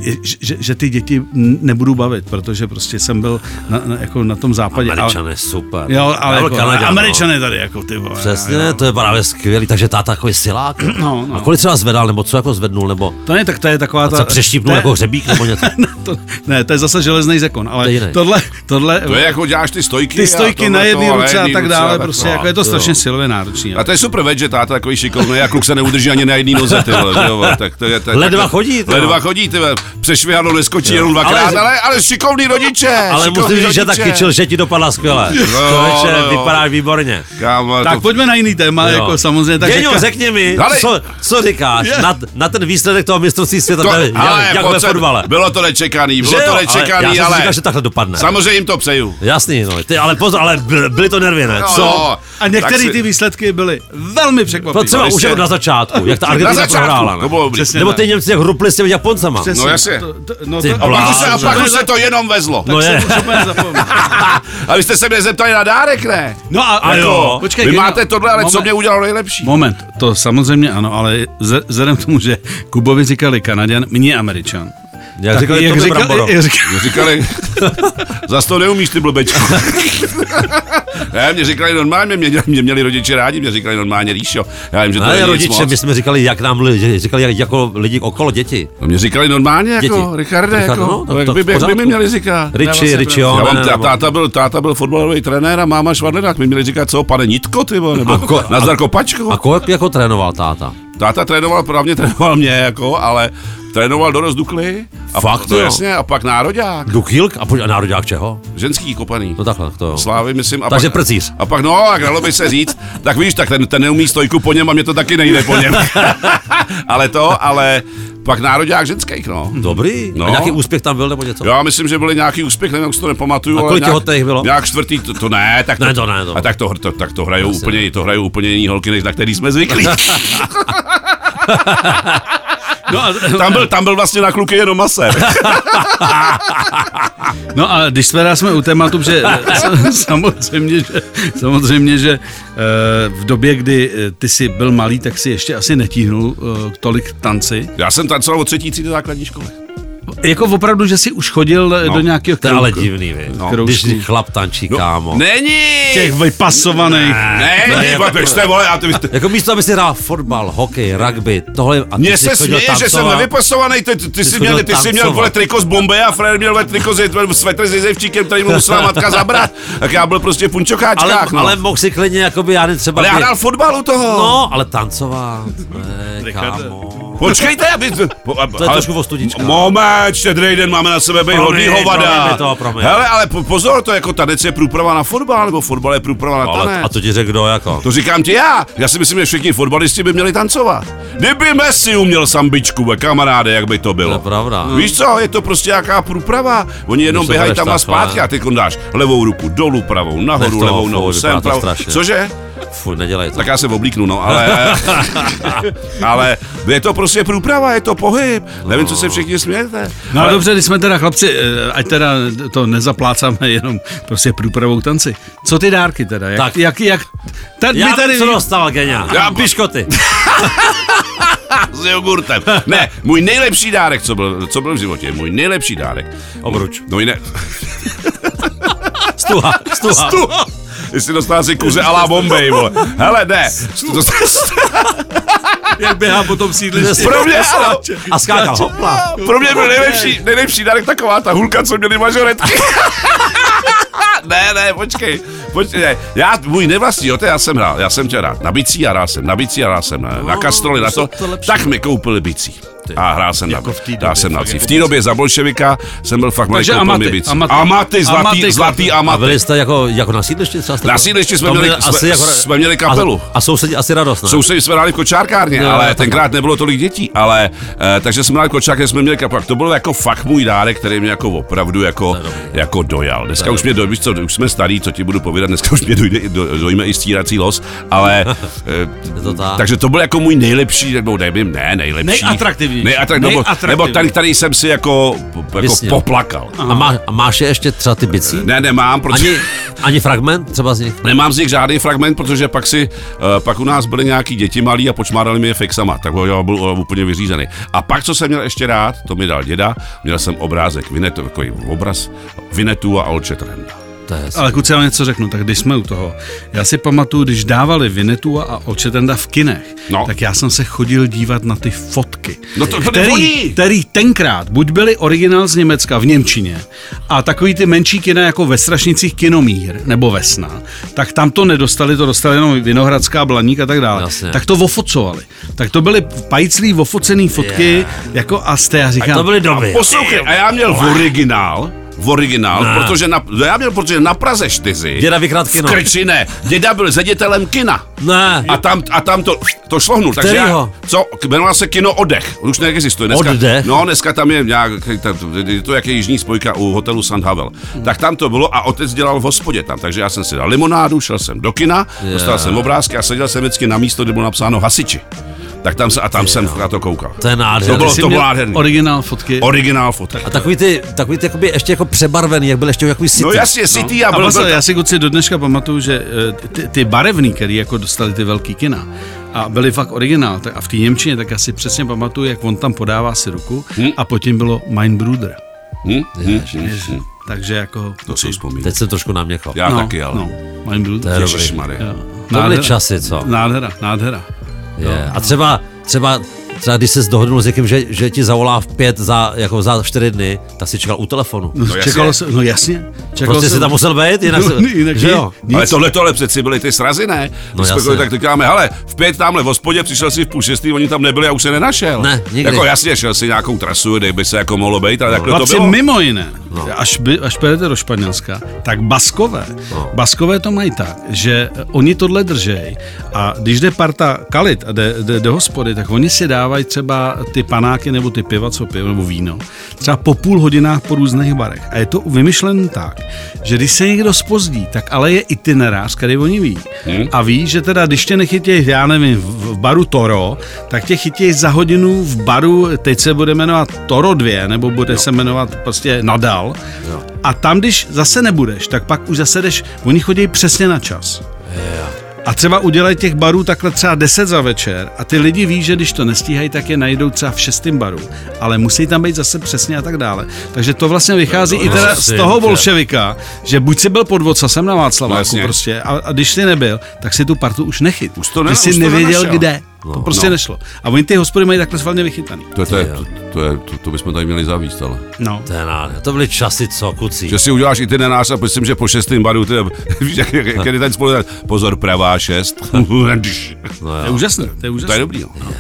S3: že, že, že ty děti nebudu bavit, protože prostě jsem byl na, na, jako na tom západě.
S4: Američané, super.
S3: Ale, jo, ale
S4: Já byl
S3: jako,
S4: Kanaďan, no.
S3: Američané tady jako ty vole.
S4: Přesně,
S3: jo.
S4: to je právě skvělý, takže táta jako je silák.
S3: *clears throat* No, no.
S4: A kolik třeba zvedal, nebo co jako zvednul, nebo
S3: To ne, tak to je taková ta...
S4: co přeštípnul
S3: to je-
S4: jako hřebík, nebo něco.
S3: to, *laughs* ne, to je zase železný zekon,
S4: To
S3: ale
S4: je jiný.
S3: tohle, tohle,
S5: To je jako děláš ty stojky.
S3: ty
S5: a
S3: stojky
S5: tohle
S3: na
S5: to
S3: jedné
S5: a
S3: ruce a
S5: jedný
S3: tak
S5: ruce
S3: dále, prostě
S5: no.
S3: jako je to strašně silově náročný.
S5: A to je super, veď, že táta takový šikovný a kluk se neudrží ani na jedný noze, ty vole, že jo, vole, tak to je... Tak,
S4: Ledva
S5: tak-
S4: chodí, ty
S5: Ledva
S4: vole.
S5: chodí, ty vole, přešvihanou neskočí jenom dvakrát,
S4: Ale-
S5: ale, ale šikovný rodiče,
S4: Ale
S5: šikovný
S4: musím říct, že tak
S5: rodiče.
S4: kyčil, že ti dopadla skvěle.
S5: No,
S4: Člověče,
S5: no, jo.
S4: vypadáš výborně.
S5: Kámo,
S3: Tak
S5: to-
S3: pojďme na jiný téma,
S4: Jo.
S3: jako samozřejmě. Tak
S4: Děňo,
S3: že-
S4: řekni mi,
S5: Ale-
S4: co, co říkáš
S3: Je.
S4: na, na, ten výsledek toho mistrovství světa, to, jak,
S5: ale
S4: jak ve
S5: pocit-
S4: fotbale.
S5: Bylo to nečekaný, bylo
S4: Že jo,
S5: to
S4: ale já
S5: nečekaný,
S4: jsem si
S5: ale...
S4: říkal, že takhle dopadne.
S5: Samozřejmě jim to přeju.
S4: Jasný, no, ty, ale pozor, ale by- byly to nervy, ne?
S5: No,
S4: Co?
S5: no,
S3: A
S5: tak
S3: některé
S5: si- No
S3: ty výsledky byly velmi
S4: To
S3: překvapivé.
S4: třeba
S5: ale
S4: už
S5: jste-
S4: jako na začátku, jak ta
S5: Na
S4: Argentina prohrála.
S5: začátku,
S4: ne?
S5: to bylo dobrý.
S3: Přesně.
S4: Nebo ty Němci jak hrupli s těmi Japoncama.
S3: Přesně,
S5: No jasně.
S3: to- to- no
S4: Ty
S3: to-
S5: A pak už se, a
S4: Blázen.
S5: pak už se to jenom vezlo.
S4: No je.
S3: jsem už úplně zapomněl.
S5: *laughs* A vy jste se mě zeptali na dárek, ne?
S3: No a, a
S4: Jako,
S3: jo.
S5: Počkej, Vy
S3: Geno,
S5: máte tohle, ale co
S3: moment.
S5: mě udělalo nejlepší?
S3: Moment, to samozřejmě ano, ale ze- vzhledem k tomu, že Kubovi říkali Kanaděn, mě Američan.
S4: Jak
S3: Tak
S4: říkali, to by bramboro.
S3: jak říkali,
S5: Mě říkali, zas to neumíš
S4: *laughs*
S5: ty blbečku. ne, mě říkali normálně, mě, mě měli rodiče rádi, mě říkali normálně Ríšo. Já vím, že to
S4: Ne,
S5: není nic
S4: rodiče,
S5: moc.
S4: my jsme říkali, jak nám li- že říkali, jak, jako lidi okolo děti.
S5: No, Mě říkali normálně jako,
S4: Děti.
S5: Richarde,
S4: Richardo,
S5: jako,
S4: no, tak
S5: jak,
S4: to
S5: by,
S4: v
S5: jak by
S4: pořádku.
S5: mi měli říkat.
S4: Riči, Riči, jo. ne,
S5: Já mám,
S4: ne,
S5: tá-
S4: nebo-
S5: táta, byl, táta byl fotbalový trenér a máma švadlenák. My měli říkat, co, pane Nitko, ty vole, nebo
S4: A ko- a-
S5: nazdar kopačko.
S4: A kolik jako trénoval táta?
S5: Táta trénoval, právě trénoval mě, jako, ale trénoval do rozdukly. A
S4: Fakt,
S5: pak, no,
S4: jo?
S5: jasně, a pak nároďák,
S4: Dukilk? A, pojď, a nároďák čeho?
S5: ženský kopaný.
S4: No takhle, to jo.
S5: Slávy, myslím. A
S4: Takže prcíř.
S5: A pak, no, jak dalo by se říct, tak víš, tak ten, ten neumí stojku po něm a mě to taky nejde po něm. *laughs* ale to, ale pak nároďák ženských, no.
S4: Hmm, Dobrý.
S5: No.
S4: A nějaký úspěch tam byl nebo něco?
S5: Já myslím, že byli nějaký úspěch, nevím, jak si to nepamatuju.
S4: A
S5: ale
S4: kolik
S5: nějak-
S4: těhotných bylo?
S5: Nějak čtvrtý, to, to ne, tak to,
S4: Ne, to ne, to-
S5: A tak to, to, tak to hrajou
S4: Jasně.
S5: úplně, to hrajou úplně jiný holky, než na který
S4: *laughs*
S5: jsme zvyklí.
S3: no, a,
S5: tam, byl, tam byl vlastně na kluky jenom masér.
S3: No a když jsme, jsme u tématu, že eh, *laughs* samozřejmě, že, samozřejmě, že eh, v době, kdy eh, ty jsi byl malý, tak si ještě asi netíhnul eh, tolik tanci.
S5: Já jsem tancoval od třetí třídy základní školy.
S3: Jako opravdu, že jsi už chodil eh,
S5: No,
S3: do nějakého
S4: To je ale
S3: kroužku.
S4: divný, vy.
S3: No.
S4: Když chlap tančí, kámo.
S5: Není!
S3: Těch vypasovaných.
S5: Ne,
S4: To je-
S5: ne, ne, jste, vole, a ty, vy jste,
S4: Jako místo, aby si hrál fotbal, hokej, rugby, tohle. A ty
S5: Mně
S4: jsi
S5: se
S4: chodil
S5: směje, že jsem
S4: tancovat.
S5: nevypasovaný, ty, ty, ty, jsi
S4: jsi
S5: měl,
S4: chodil
S5: ty jsi měl
S4: tancovat.
S5: vole triko z Bombe a Fred měl vole triko z svetr s jezevčíkem, který mu musela matka zabrat. Tak já byl prostě v
S4: ale,
S5: punčokáčkách, no.
S4: ale mohl si klidně, jakoby, já nevím, třeba...
S5: ale já
S4: by-
S5: hrál fotbal u toho.
S4: No, ale tancovat, ne, kámo.
S5: Počkejte, aby... Po, a,
S4: To je trošku ostudička.
S5: Moment, štědrý den máme na sebe být
S4: Promiň,
S5: hodný
S4: promiň
S5: hovada.
S4: mi to, promiň.
S5: Hele, ale po, pozor, to jako tanec je průprava na fotbal, nebo fotbal je průprava na
S4: Ale,
S5: tanec.
S4: a to ti řekl kdo, jako?
S5: To říkám ti já. Já si myslím, že všichni fotbalisti by měli tancovat. Kdyby Messi uměl sambičku, ve kamaráde, jak by to
S4: To je
S5: bylo. Hmm.
S4: pravda.
S5: Víš co, je to prostě jaká průprava. Oni jenom
S4: Když to
S5: běhají
S4: bereš
S5: tam a
S4: takhle.
S5: zpátky a ty kondáš levou ruku dolů, pravou nahoru,
S4: Nech to,
S5: levou
S4: fuj,
S5: nohou
S4: vypadá
S5: sem,
S4: to
S5: pravou.
S4: strašně.
S5: Cože?
S4: Fuj, nedělej to.
S5: Tak já se oblíknu, no,
S4: *laughs*
S5: ale, ale je to prostě průprava, je to pohyb. Nevím, co se všichni smějete.
S3: No ale... dobře, když jsme teda chlapci, eh, ať teda to nezaplácáme jenom prostě průpravou tanci. Co ty dárky teda? Jak,
S4: Tak.
S3: tak. jak, jak, ta,
S4: já
S3: my tady,
S4: tady co dostal, Genia?
S5: Já-
S4: Já
S5: *laughs*
S4: piškoty. no.
S5: S jogurtem. Ne, můj nejlepší dárek, co byl, co byl v životě, můj nejlepší dárek.
S4: Obruč.
S5: No jiné,
S4: Stuha, stuha.
S5: tu. Ty jsi dostal si kuře a la Bombay, vole. Hele, ne. Dostal,
S3: jak běhá po tom sídlišti.
S5: Pro mě ano.
S4: A skákal, hopla.
S5: Pro mě byl nejlepší, nejlepší dárek taková ta hulka, co měli mažoretky.
S3: *laughs*
S5: ne, ne, počkej, počkej, ne. já, můj nevlastní, jo, to já jsem hrál, já jsem tě hrál, na bicí a hrál jsem, na bicí a hrál jsem, na,
S3: No,
S5: na kastroli, na to,
S4: to lepší.
S5: tak mi koupili bicí. A hrál jsem na,
S3: v té
S5: hrál
S3: době,
S5: jsem na
S3: fakt
S5: bicí.
S3: jako
S5: V té době za bolševika jsem byl fakt malý,
S3: Takže
S5: koupil
S3: amaty,
S5: mi bicí.
S3: amaty.
S5: amaty, zlatý,
S3: Amaty,
S5: zlatý
S4: A
S5: amaty.
S4: byli jste jako, jako na sídlišti třeba? Jste
S5: Na
S4: byli?
S5: sídlišti jsme
S4: To
S5: měli-
S4: byl
S5: jsme- jsme měli kapelu.
S4: A, a sousedi asi radost, ne?
S5: Sousedi jsme hráli v kočárkárně,
S4: Jo,
S5: ale
S4: tak-
S5: tenkrát nebylo tolik dětí, ale eh, takže jsme hráli v kočárkárně, jsme měli kapak. To byl jako fakt můj dárek, který mě jako opravdu jako, jako dojal. Dneska už mě dojde, víš co, už jsme starý, co ti budu povídat, dneska už mě dojde, i- do, dojme i stírací los,
S4: *laughs*
S5: ale eh,
S4: to tak.
S5: takže to byl jako můj nejlepší, nebo nevím, ne, nejlepší.
S3: Nejatraktivnější.
S5: Nejatrak, nebo, nebo
S3: Nejatraktivnější.
S5: ten, který jsem si jako, jako
S4: Vysněl.
S5: poplakal.
S4: A, má, a máš je ještě třeba ty bicí?
S5: Ne, nemám, protože...
S4: No. Ani, ani fragment třeba z nich?
S5: Nemám z nich žádný fragment, protože pak si, eh, pak u nás byly nějaký děti malí a počmárali mi je fixama, tak ho- já byl eh, úplně vyřízený. A pak, co jsem měl ještě rád, to mi dal děda, měl jsem obrázek, Vinetu, takový obraz Vinetu a Olče Trenda.
S4: To je hezký.
S3: Ale kluci, já vám něco řeknu, tak když jsme u toho. Já si pamatuju, když dávali Vinetua a Olčetenda v kinech,
S5: No.
S3: no. tak já jsem se chodil dívat na ty fotky.
S5: No to- to nevodí!
S3: který, který tenkrát, buď byly originál z Německa v Němčině a takový ty menší kina jako ve Strašnicích Kinomír nebo Vesna, tak tam to nedostali, to dostali jenom Vinohradská, Blaník a tak dále.
S4: Jasně.
S3: Tak to ofocovali. Tak to byly pajclí ofocený fotky jako a jste, já říkám,
S4: To byly doby.
S5: Poslouchej, a já měl v originál, v originál, protože na, no já měl, protože na Praze 4,
S4: Děda vykrát kino.
S5: v Krčiné, děda byl ředitelem kina.
S4: Ne.
S5: A tam, a tam to, to šlohnul. Takže já,
S4: Kterýho?
S5: co, jmenovala se kino Odech. Už neexistuje. Dneska,
S4: Oddech?
S5: No, dneska tam je nějak, tam, je to jak je jižní spojka u hotelu San Havel.
S4: Hmm.
S5: Tak tam to bylo a otec dělal v hospodě tam. Takže já jsem si dal limonádu, šel jsem do kina, dostal jsem obrázky a seděl jsem vždycky na místo, kde bylo napsáno hasiči. Tak tam se, a tam
S4: no.
S5: jsem na to koukal.
S4: To je nádherný.
S5: To bylo,
S3: jsi
S5: to bylo
S3: měl
S5: nádherný.
S3: originál fotky.
S5: Originál fotek.
S4: A takový ty, takový ty jakoby ještě jako přebarvený, jak byl ještě jako city.
S5: No jasně, City a
S3: A
S5: byl,
S3: vlastně,
S5: byl
S3: já si kluci do dneška pamatuju, že eh, ty, ty barevný, který jako dostali ty velký kina, a byli fakt originál. Tak a v té Němčině, tak já si přesně pamatuju, jak on tam podává si ruku
S5: Hm?
S3: a pod tím bylo Mein Bruder. Takže jako...
S5: hm. To jsou vzpomínky.
S4: Teď jsem trošku naměchal.
S5: Já taky, ale.
S3: No, Mein Bruder.
S4: je dobrý.
S5: Ježišmarja.
S3: Jo.
S4: To byly
S3: Nádhera.
S4: časy, co?
S3: Nádhera, nádhera.
S4: Je. A třeba, třeba, třeba když se dohodnul s někým, že, že ti zavolá v pět za, jako za čtyři dny, tak si čekal u telefonu.
S3: No,
S5: jasně.
S3: čekalo se, no jasně. Čekalo
S4: Prostě
S3: se,
S4: si tam musel být, jinak,
S3: No, jinak
S4: že
S3: je-
S4: jo?
S3: Nic.
S5: Ale tohle, tohle přeci byly ty srazy, ne?
S4: No
S5: No jsme
S4: jasně.
S5: byli, tak říkáme, hele, v pět tamhle v hospodě přišel si v půl šestý, oni tam nebyli a už se nenašel.
S4: Ne, nikdy.
S5: Jako jasně, šel si nějakou trasu, kde by se jako mohlo být, ale takhle to
S3: Chlapci,
S5: bylo. No.
S3: mimo jiné, až, by, až pojedete do Španělska, tak baskové,
S5: No.
S3: baskové to mají tak, že eh, oni tohle držej a když jde parta kalit a jde, jde do hospody, tak oni si dávají třeba ty panáky nebo ty piva, co pijou, nebo víno, třeba po půl hodinách po různých barech. A je to vymyšlen tak, že když se někdo spozdí, tak ale je itinerář, který oni ví. A ví, že teda, když tě nechytějí, já nevím, v- v baru Toro, tak tě chytějí za hodinu v baru, teď se bude jmenovat Toro 2, nebo bude se jmenovat prostě Nadal. A tam, když zase nebudeš, tak pak už zase jdeš, oni chodí přesně na čas. A třeba udělají těch barů takhle třeba 10 za večer a ty lidi ví, že když to nestíhají, tak je najdou třeba v šestém baru, ale musí tam být zase přesně a tak dále. Takže to vlastně vychází i teda z
S4: jasně,
S3: toho
S4: že-
S3: bolševika, že buď si byl pod vocasem na
S5: No
S3: Václaváku
S5: jasně.
S3: prostě a, a když jsi nebyl, tak si tu partu už nechyt.
S5: Už to ne-
S3: ty
S5: už
S3: jsi
S5: to
S3: nevěděl
S5: nenašel.
S3: kde. To prostě
S5: No.
S3: nešlo. A oni ty hospody mají takhle svalně vychytaný.
S5: To, je- to, je- to, to, je- to, to bychom tady měli zavíst, ale.
S3: No.
S4: To, je nádherný. to byly časy, co, kucí.
S5: Že si uděláš itinerář a myslím, že po šestém baru, ty, *laughs* víš, jak, jak, jak je ten spolu, pozor,
S3: *laughs*
S5: pravá šest.
S4: No,
S3: To je
S4: jo.
S3: úžasné, to je úžasné.
S5: to je dobrý, no.
S3: No,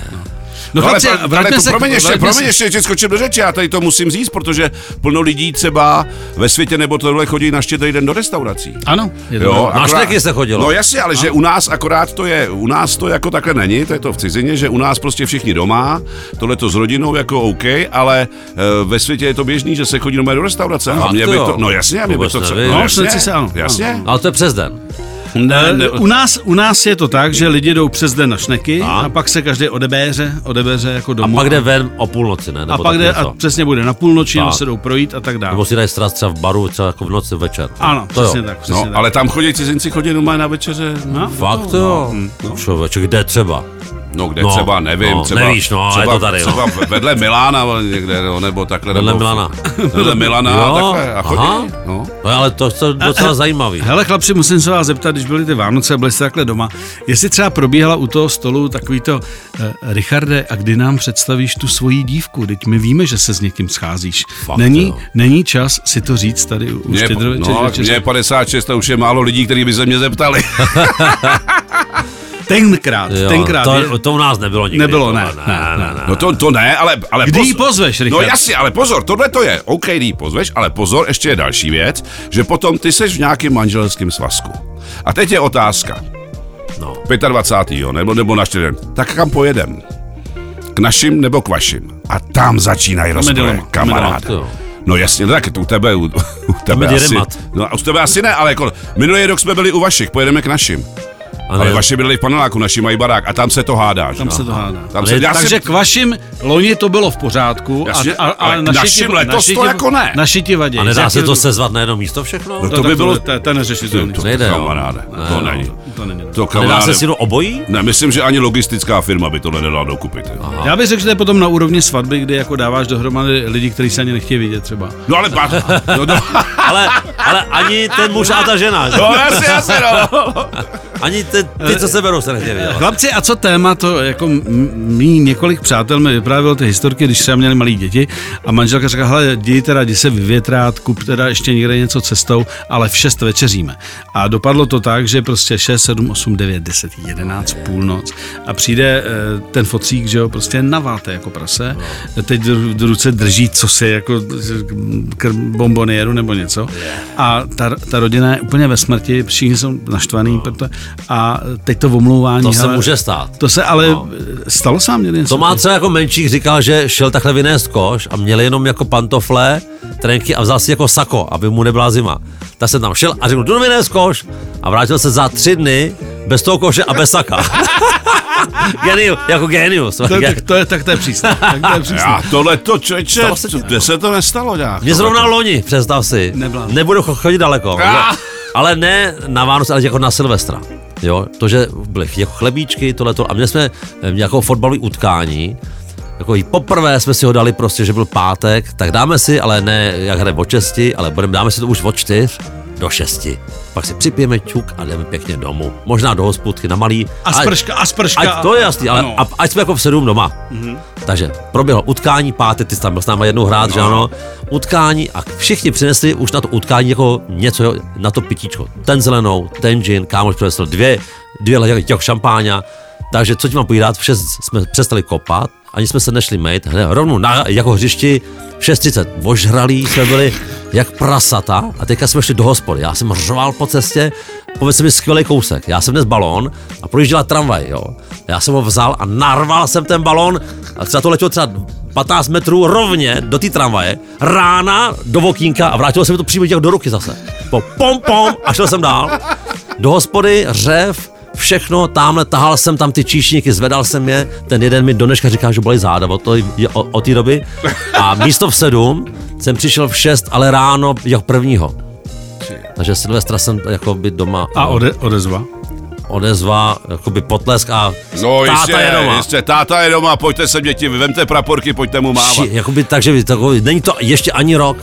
S5: No, ale,
S3: chlapci,
S5: ale, ale
S3: vraťme
S5: to,
S3: se,
S5: promiň, ještě,
S3: vraťme
S5: promiň
S3: se-
S5: ještě, ještě skočím do řeči, já tady to musím říct, protože plno lidí třeba ve světě nebo tohle chodí na štědrý den do restaurací.
S3: Ano, je to
S5: Jo,
S3: dobré.
S4: Na šteky se chodilo.
S5: No jasně, ale že u nás akorát to je, u nás to jako takhle není, to je to v cizině, že u nás prostě všichni doma, tohle to s rodinou jako OK, ale e, ve světě je to běžný, že se chodí doma do restaurace. A
S4: Fakt
S5: mě by
S4: jo.
S5: to, no jasně, a mě by
S4: Vůbec
S5: to, co,
S4: nevím.
S5: no
S4: No,
S5: jasně,
S3: snad si se- ano,
S5: jasně.
S4: Ale to je přes den.
S5: no, Ne, ne,
S3: Eh, U nás, u nás je to tak, že lidi jdou přes den na šneky a, a pak se každý odebéře, odebéře jako
S4: A
S3: domů.
S4: pak jde ven o půlnoci, ne?
S3: a
S4: Nebo
S3: pak jde a
S4: něco.
S3: přesně bude na půlnoči, nebo
S4: Tak.
S3: se jdou projít a tak dále.
S4: Nebo si dají strast třeba v baru, třeba jako v noci večer.
S3: Ano,
S4: to
S3: přesně
S4: jo.
S3: tak. Přesně
S5: No,
S3: tak.
S5: ale tam chodí cizinci, chodí doma na večeře. No.
S4: Fakt jo. No. Člověče, Hm, kde třeba?
S5: No kde
S4: No,
S5: třeba, nevím,
S4: no,
S5: třeba,
S4: nevíš, no, ale
S5: třeba,
S4: je to tady, no.
S5: třeba vedle Milána ale někde, no, nebo takhle.
S4: Vedle
S5: nebo,
S4: Milana.
S5: Vedle Milana,
S4: Jo,
S5: takhle, a chodí,
S4: aha.
S5: no.
S4: No ale to je
S3: Eh,
S4: docela zajímavý.
S3: Hele chlapci, musím se vás zeptat, když byly ty Vánoce a byli jste takhle doma, jestli třeba probíhala u toho stolu takový to, eh, Richarde, a kdy nám představíš tu svoji dívku? Teď my víme, že se s někým scházíš.
S4: Fakt,
S3: není,
S4: jo.
S3: není čas si to říct tady u
S5: Mě,
S3: štědro,
S5: no,
S3: če- če-
S5: mě je 56 a už je málo lidí, kteří by se mě zeptali.
S3: Tenkrát,
S4: Jo,
S3: tenkrát. je-
S4: to, to u nás nebylo nikdy.
S3: Nebylo, ne,
S4: ne,
S3: ne,
S4: ne, ne.
S5: No to, to ne, ale... ale
S3: Kdy ji pozveš,
S5: No
S3: Richard?
S5: jasně, ale pozor, tohle to je. OK, kdy ji pozveš, ale pozor, ještě je další věc, že potom ty seš v nějakém manželském svazku. A teď je otázka.
S4: No.
S5: 25. nebo, nebo na 4. Tak kam pojedem? K našim nebo k vašim? A tam začínají rozpory,
S3: dilema, tam je
S5: kamaráde.
S4: dilema, to jo.
S5: No jasně, no tak u tebe, u, u tebe
S4: je
S5: asi,
S4: remat.
S5: no, a u tebe asi ne, ale jako minulý rok jsme byli u vašich, pojedeme k našim.
S4: A
S5: Ale
S4: ne-
S5: vaši bydleli v paneláku, naši mají barák a tam se to hádá. že
S3: Tam
S5: jo?
S3: se to hádá.
S5: Tam
S4: Ale
S5: se,
S4: je-
S5: já si-
S3: Takže k vašim loni to bylo v pořádku.
S5: Jasně,
S3: a, a, a
S5: ale k našim letos to jako ne.
S3: Naši ti vadí.
S4: A nedá
S3: Za
S4: se
S3: ti-
S4: to sezvat na jedno místo všechno?
S5: to by bylo-
S3: To, to, to je neřešitelný.
S5: To,
S4: Nejde,
S5: nejde,
S4: jo.
S5: kamaráde, to
S4: no. Ne,
S5: není.
S3: To není.
S5: To
S4: A nedá
S5: kamaráde,
S4: se si do obojí?
S5: ne, myslím, že ani logistická firma by tohle nedala dokupit. jo.
S4: No.
S3: Já bych řekl, že to je potom na úrovni svatby, kdy jako dáváš dohromady lidi, kteří se ani nechtějí vidět třeba.
S5: No
S4: *laughs*
S5: ale ba- no, no,
S4: Ale, ale ani ten muž a ta žena. že?
S5: no, jasně, jasně, no.
S4: Ani ty, ty co se berou, se nechtějí vidět.
S3: Chlapci, a co téma, to jako m- mý několik přátel mi vyprávělo ty historky, když třeba měli malí děti a manželka řekla, hele, děj teda, jdi se vyvětrát, kup teda ještě někde něco cestou, ale v 6 večeříme. A dopadlo to tak, že prostě 6, 7, 8, 9, 10, 11, půlnoc a přijde eh, ten focík, že jo, prostě naváte jako prase, teď v v ruce drží, co si, jako kr- bombonieru nebo něco a ta, ta rodina je úplně ve smrti, všichni jsou naštvaný proto- a teď to omlouvání
S4: To se
S3: hele,
S4: může stát.
S3: to se ale no. stalo sám někdy něco?
S4: To má třeba jako menšík říkal, že šel takhle vynést koš a měl jenom jako pantofle, trenky a vzal si jako sako, aby mu nebyla zima. Tak jsem tam šel a řekl, jdu vynést koš a vrátil se za tři dny bez toho koše a bez saka. *laughs* genius, jako genius.
S3: to, tak, to je, tak to je
S4: *laughs*
S3: přísné. Tak to je přísné.
S5: Já tohle to člověče,
S4: Stalo se ti,
S5: kde se to nestalo nějak?
S4: Mě zrovna loni, představ si.
S3: Neblázn.
S4: Nebudu cho- chodit daleko.
S5: Ah!
S4: Jo. Ale ne na Vánoce, ale jako na Silvestra. Jo, to, že byly ch- jako chlebíčky, tohleto. A měli jsme eh, nějakou fotbalové utkání, jako i poprvé jsme si ho dali prostě, že byl pátek, tak dáme si, ale ne jak hned od česti, ale budeme, dáme si to už od čtyř do šesti. Pak si připijeme čuk a jdeme pěkně domů. Možná do hospůdky na malý.
S3: A
S4: ale-
S3: sprška, a sprška.
S4: Ať to je jasný, ale
S3: Ano.
S4: a, ať jsme jako v sedm doma. Takže proběhlo utkání, páté, ty jsi tam byl s náma jednou hrát, že ano, utkání a všichni přinesli už na to utkání jako něco jo, na to pitíčko. Ten zelenou, ten gin, kámoš přinesl dvě, dvě lahve těch šampáňa, takže co ti mám povídat, v šest jsme přestali kopat, ani jsme se nešli mejt, hned rovnou na jako hřišti, v 6.30 ožralí jsme byli jak prasata a teďka jsme šli do hospody. Já jsem řval po cestě, povedz mi skvělý kousek. Já jsem dnes balón a projížděla tramvaj, jo. Já jsem ho vzal a narval jsem ten balón a třeba to letělo třeba 15 metrů rovně do té tramvaje, rána do vokínka a vrátilo se mi to přímo jak do ruky zase. Po pom pom a šel jsem dál. Do hospody, řev, všechno, tamhle tahal jsem tam ty číšníky, zvedal jsem je, ten jeden mi do dneška říká, že bolí záda od, to, o, o té doby a místo v sedm jsem přišel v šest, ale ráno jako prvního. Takže Silvestra jsem jako by doma
S3: A ode, odezva?
S4: odezva, jako by potlesk a
S5: No
S4: táta
S5: jistě,
S4: je doma.
S5: jistě, táta je doma, pojďte se děti, vemte praporky, pojďte mu mávat.
S4: Ši, jakoby tak, že takový, není to ještě ani rok.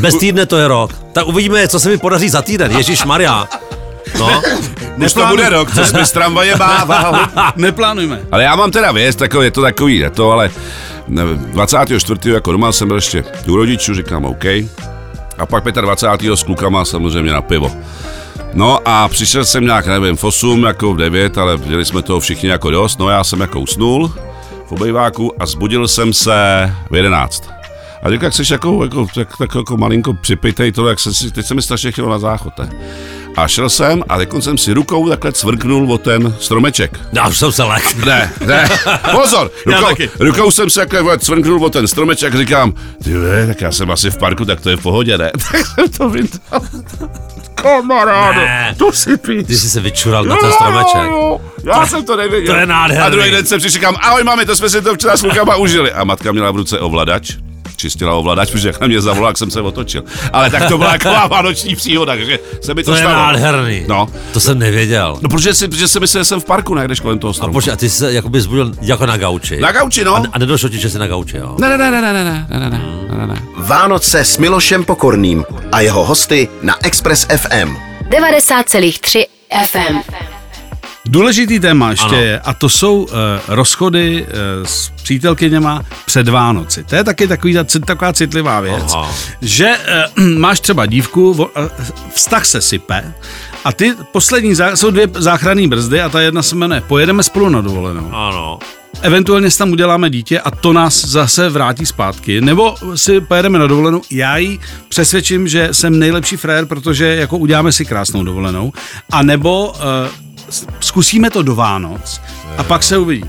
S4: Bez týdne to je rok. Tak uvidíme, co se mi podaří za týden. Ježíš Maria. No,
S5: Už to bude rok, co jsme z tramvaje bával.
S4: *laughs*
S3: Neplánujme.
S5: Ale já mám teda věc, takový, je to takový, je to, ale nevím, 24. jako doma jsem byl ještě u rodičů, říkám OK. A pak 25. s klukama samozřejmě na pivo. No a přišel jsem nějak, nevím, v 8, jako v 9, ale měli jsme toho všichni jako dost. No já jsem jako usnul v obejváku a zbudil jsem se v 11. A říkal, jak jsi jako, jako, tak, tak jako malinko připitej to, jak jsem si, teď se mi strašně chtělo na záchod. ne? A šel jsem a teď jsem si rukou takhle cvrknul o ten stromeček.
S4: já už jsem se lek.
S5: Ne, ne,
S4: *laughs*
S5: pozor,
S4: Já
S5: rukou,
S4: taky.
S5: rukou jsem se takhle vole, cvrknul o ten stromeček a říkám, ty vole, tak já jsem asi v parku, tak to je v pohodě, ne? *laughs* Tak jsem to vyndal. Kamarádo,
S4: Ne.
S5: to si pít.
S4: Ty jsi se vyčural na ten
S5: No,
S4: stromeček.
S5: Já jsem to nevěděl.
S4: to je nádherný.
S5: A druhý den jsem přišel, říkám, ahoj mami, to jsme si to včera s klukama užili. A matka měla v ruce ovladač čistila ovladač, protože jak na mě zavolal, jak jsem se otočil. Ale tak to byla taková *laughs* vánoční příhoda, takže se mi to,
S4: To je
S5: stalo.
S4: nádherný.
S5: No.
S4: To jsem nevěděl.
S5: No, protože si, protože si myslel, že jsem v parku někde kolem toho
S4: A
S5: stromu.
S4: počkej, a ty jsi se jakoby zbudil jako na gauči.
S5: Na gauči, no.
S4: A, a nedošlo ti, že jsi na gauči, jo?
S5: Ne, ne, ne, ne, ne, ne, ne, ne, ne, ne, ne.
S1: Vánoce s Milošem Pokorným a jeho hosty na Express FM.
S2: 90,3 FM.
S3: Důležitý téma ještě
S4: Ano.
S3: je, a to jsou uh, rozchody uh, s přítelkyněma před Vánoci. To je taky takový, ta- taková citlivá věc,
S4: Aha.
S3: že uh, *clears throat* máš třeba dívku, vo, uh, vztah se sype a ty poslední, zá, jsou dvě záchranné brzdy a ta jedna se jmenuje Pojedeme spolu na dovolenou.
S4: Ano.
S3: Eventuálně si tam uděláme dítě a to nás zase vrátí zpátky. Nebo si pojedeme na dovolenou, já ji přesvědčím, že jsem nejlepší frér, protože jako uděláme si krásnou dovolenou. A nebo uh, zkusíme to do Vánoc a pak se uvidí.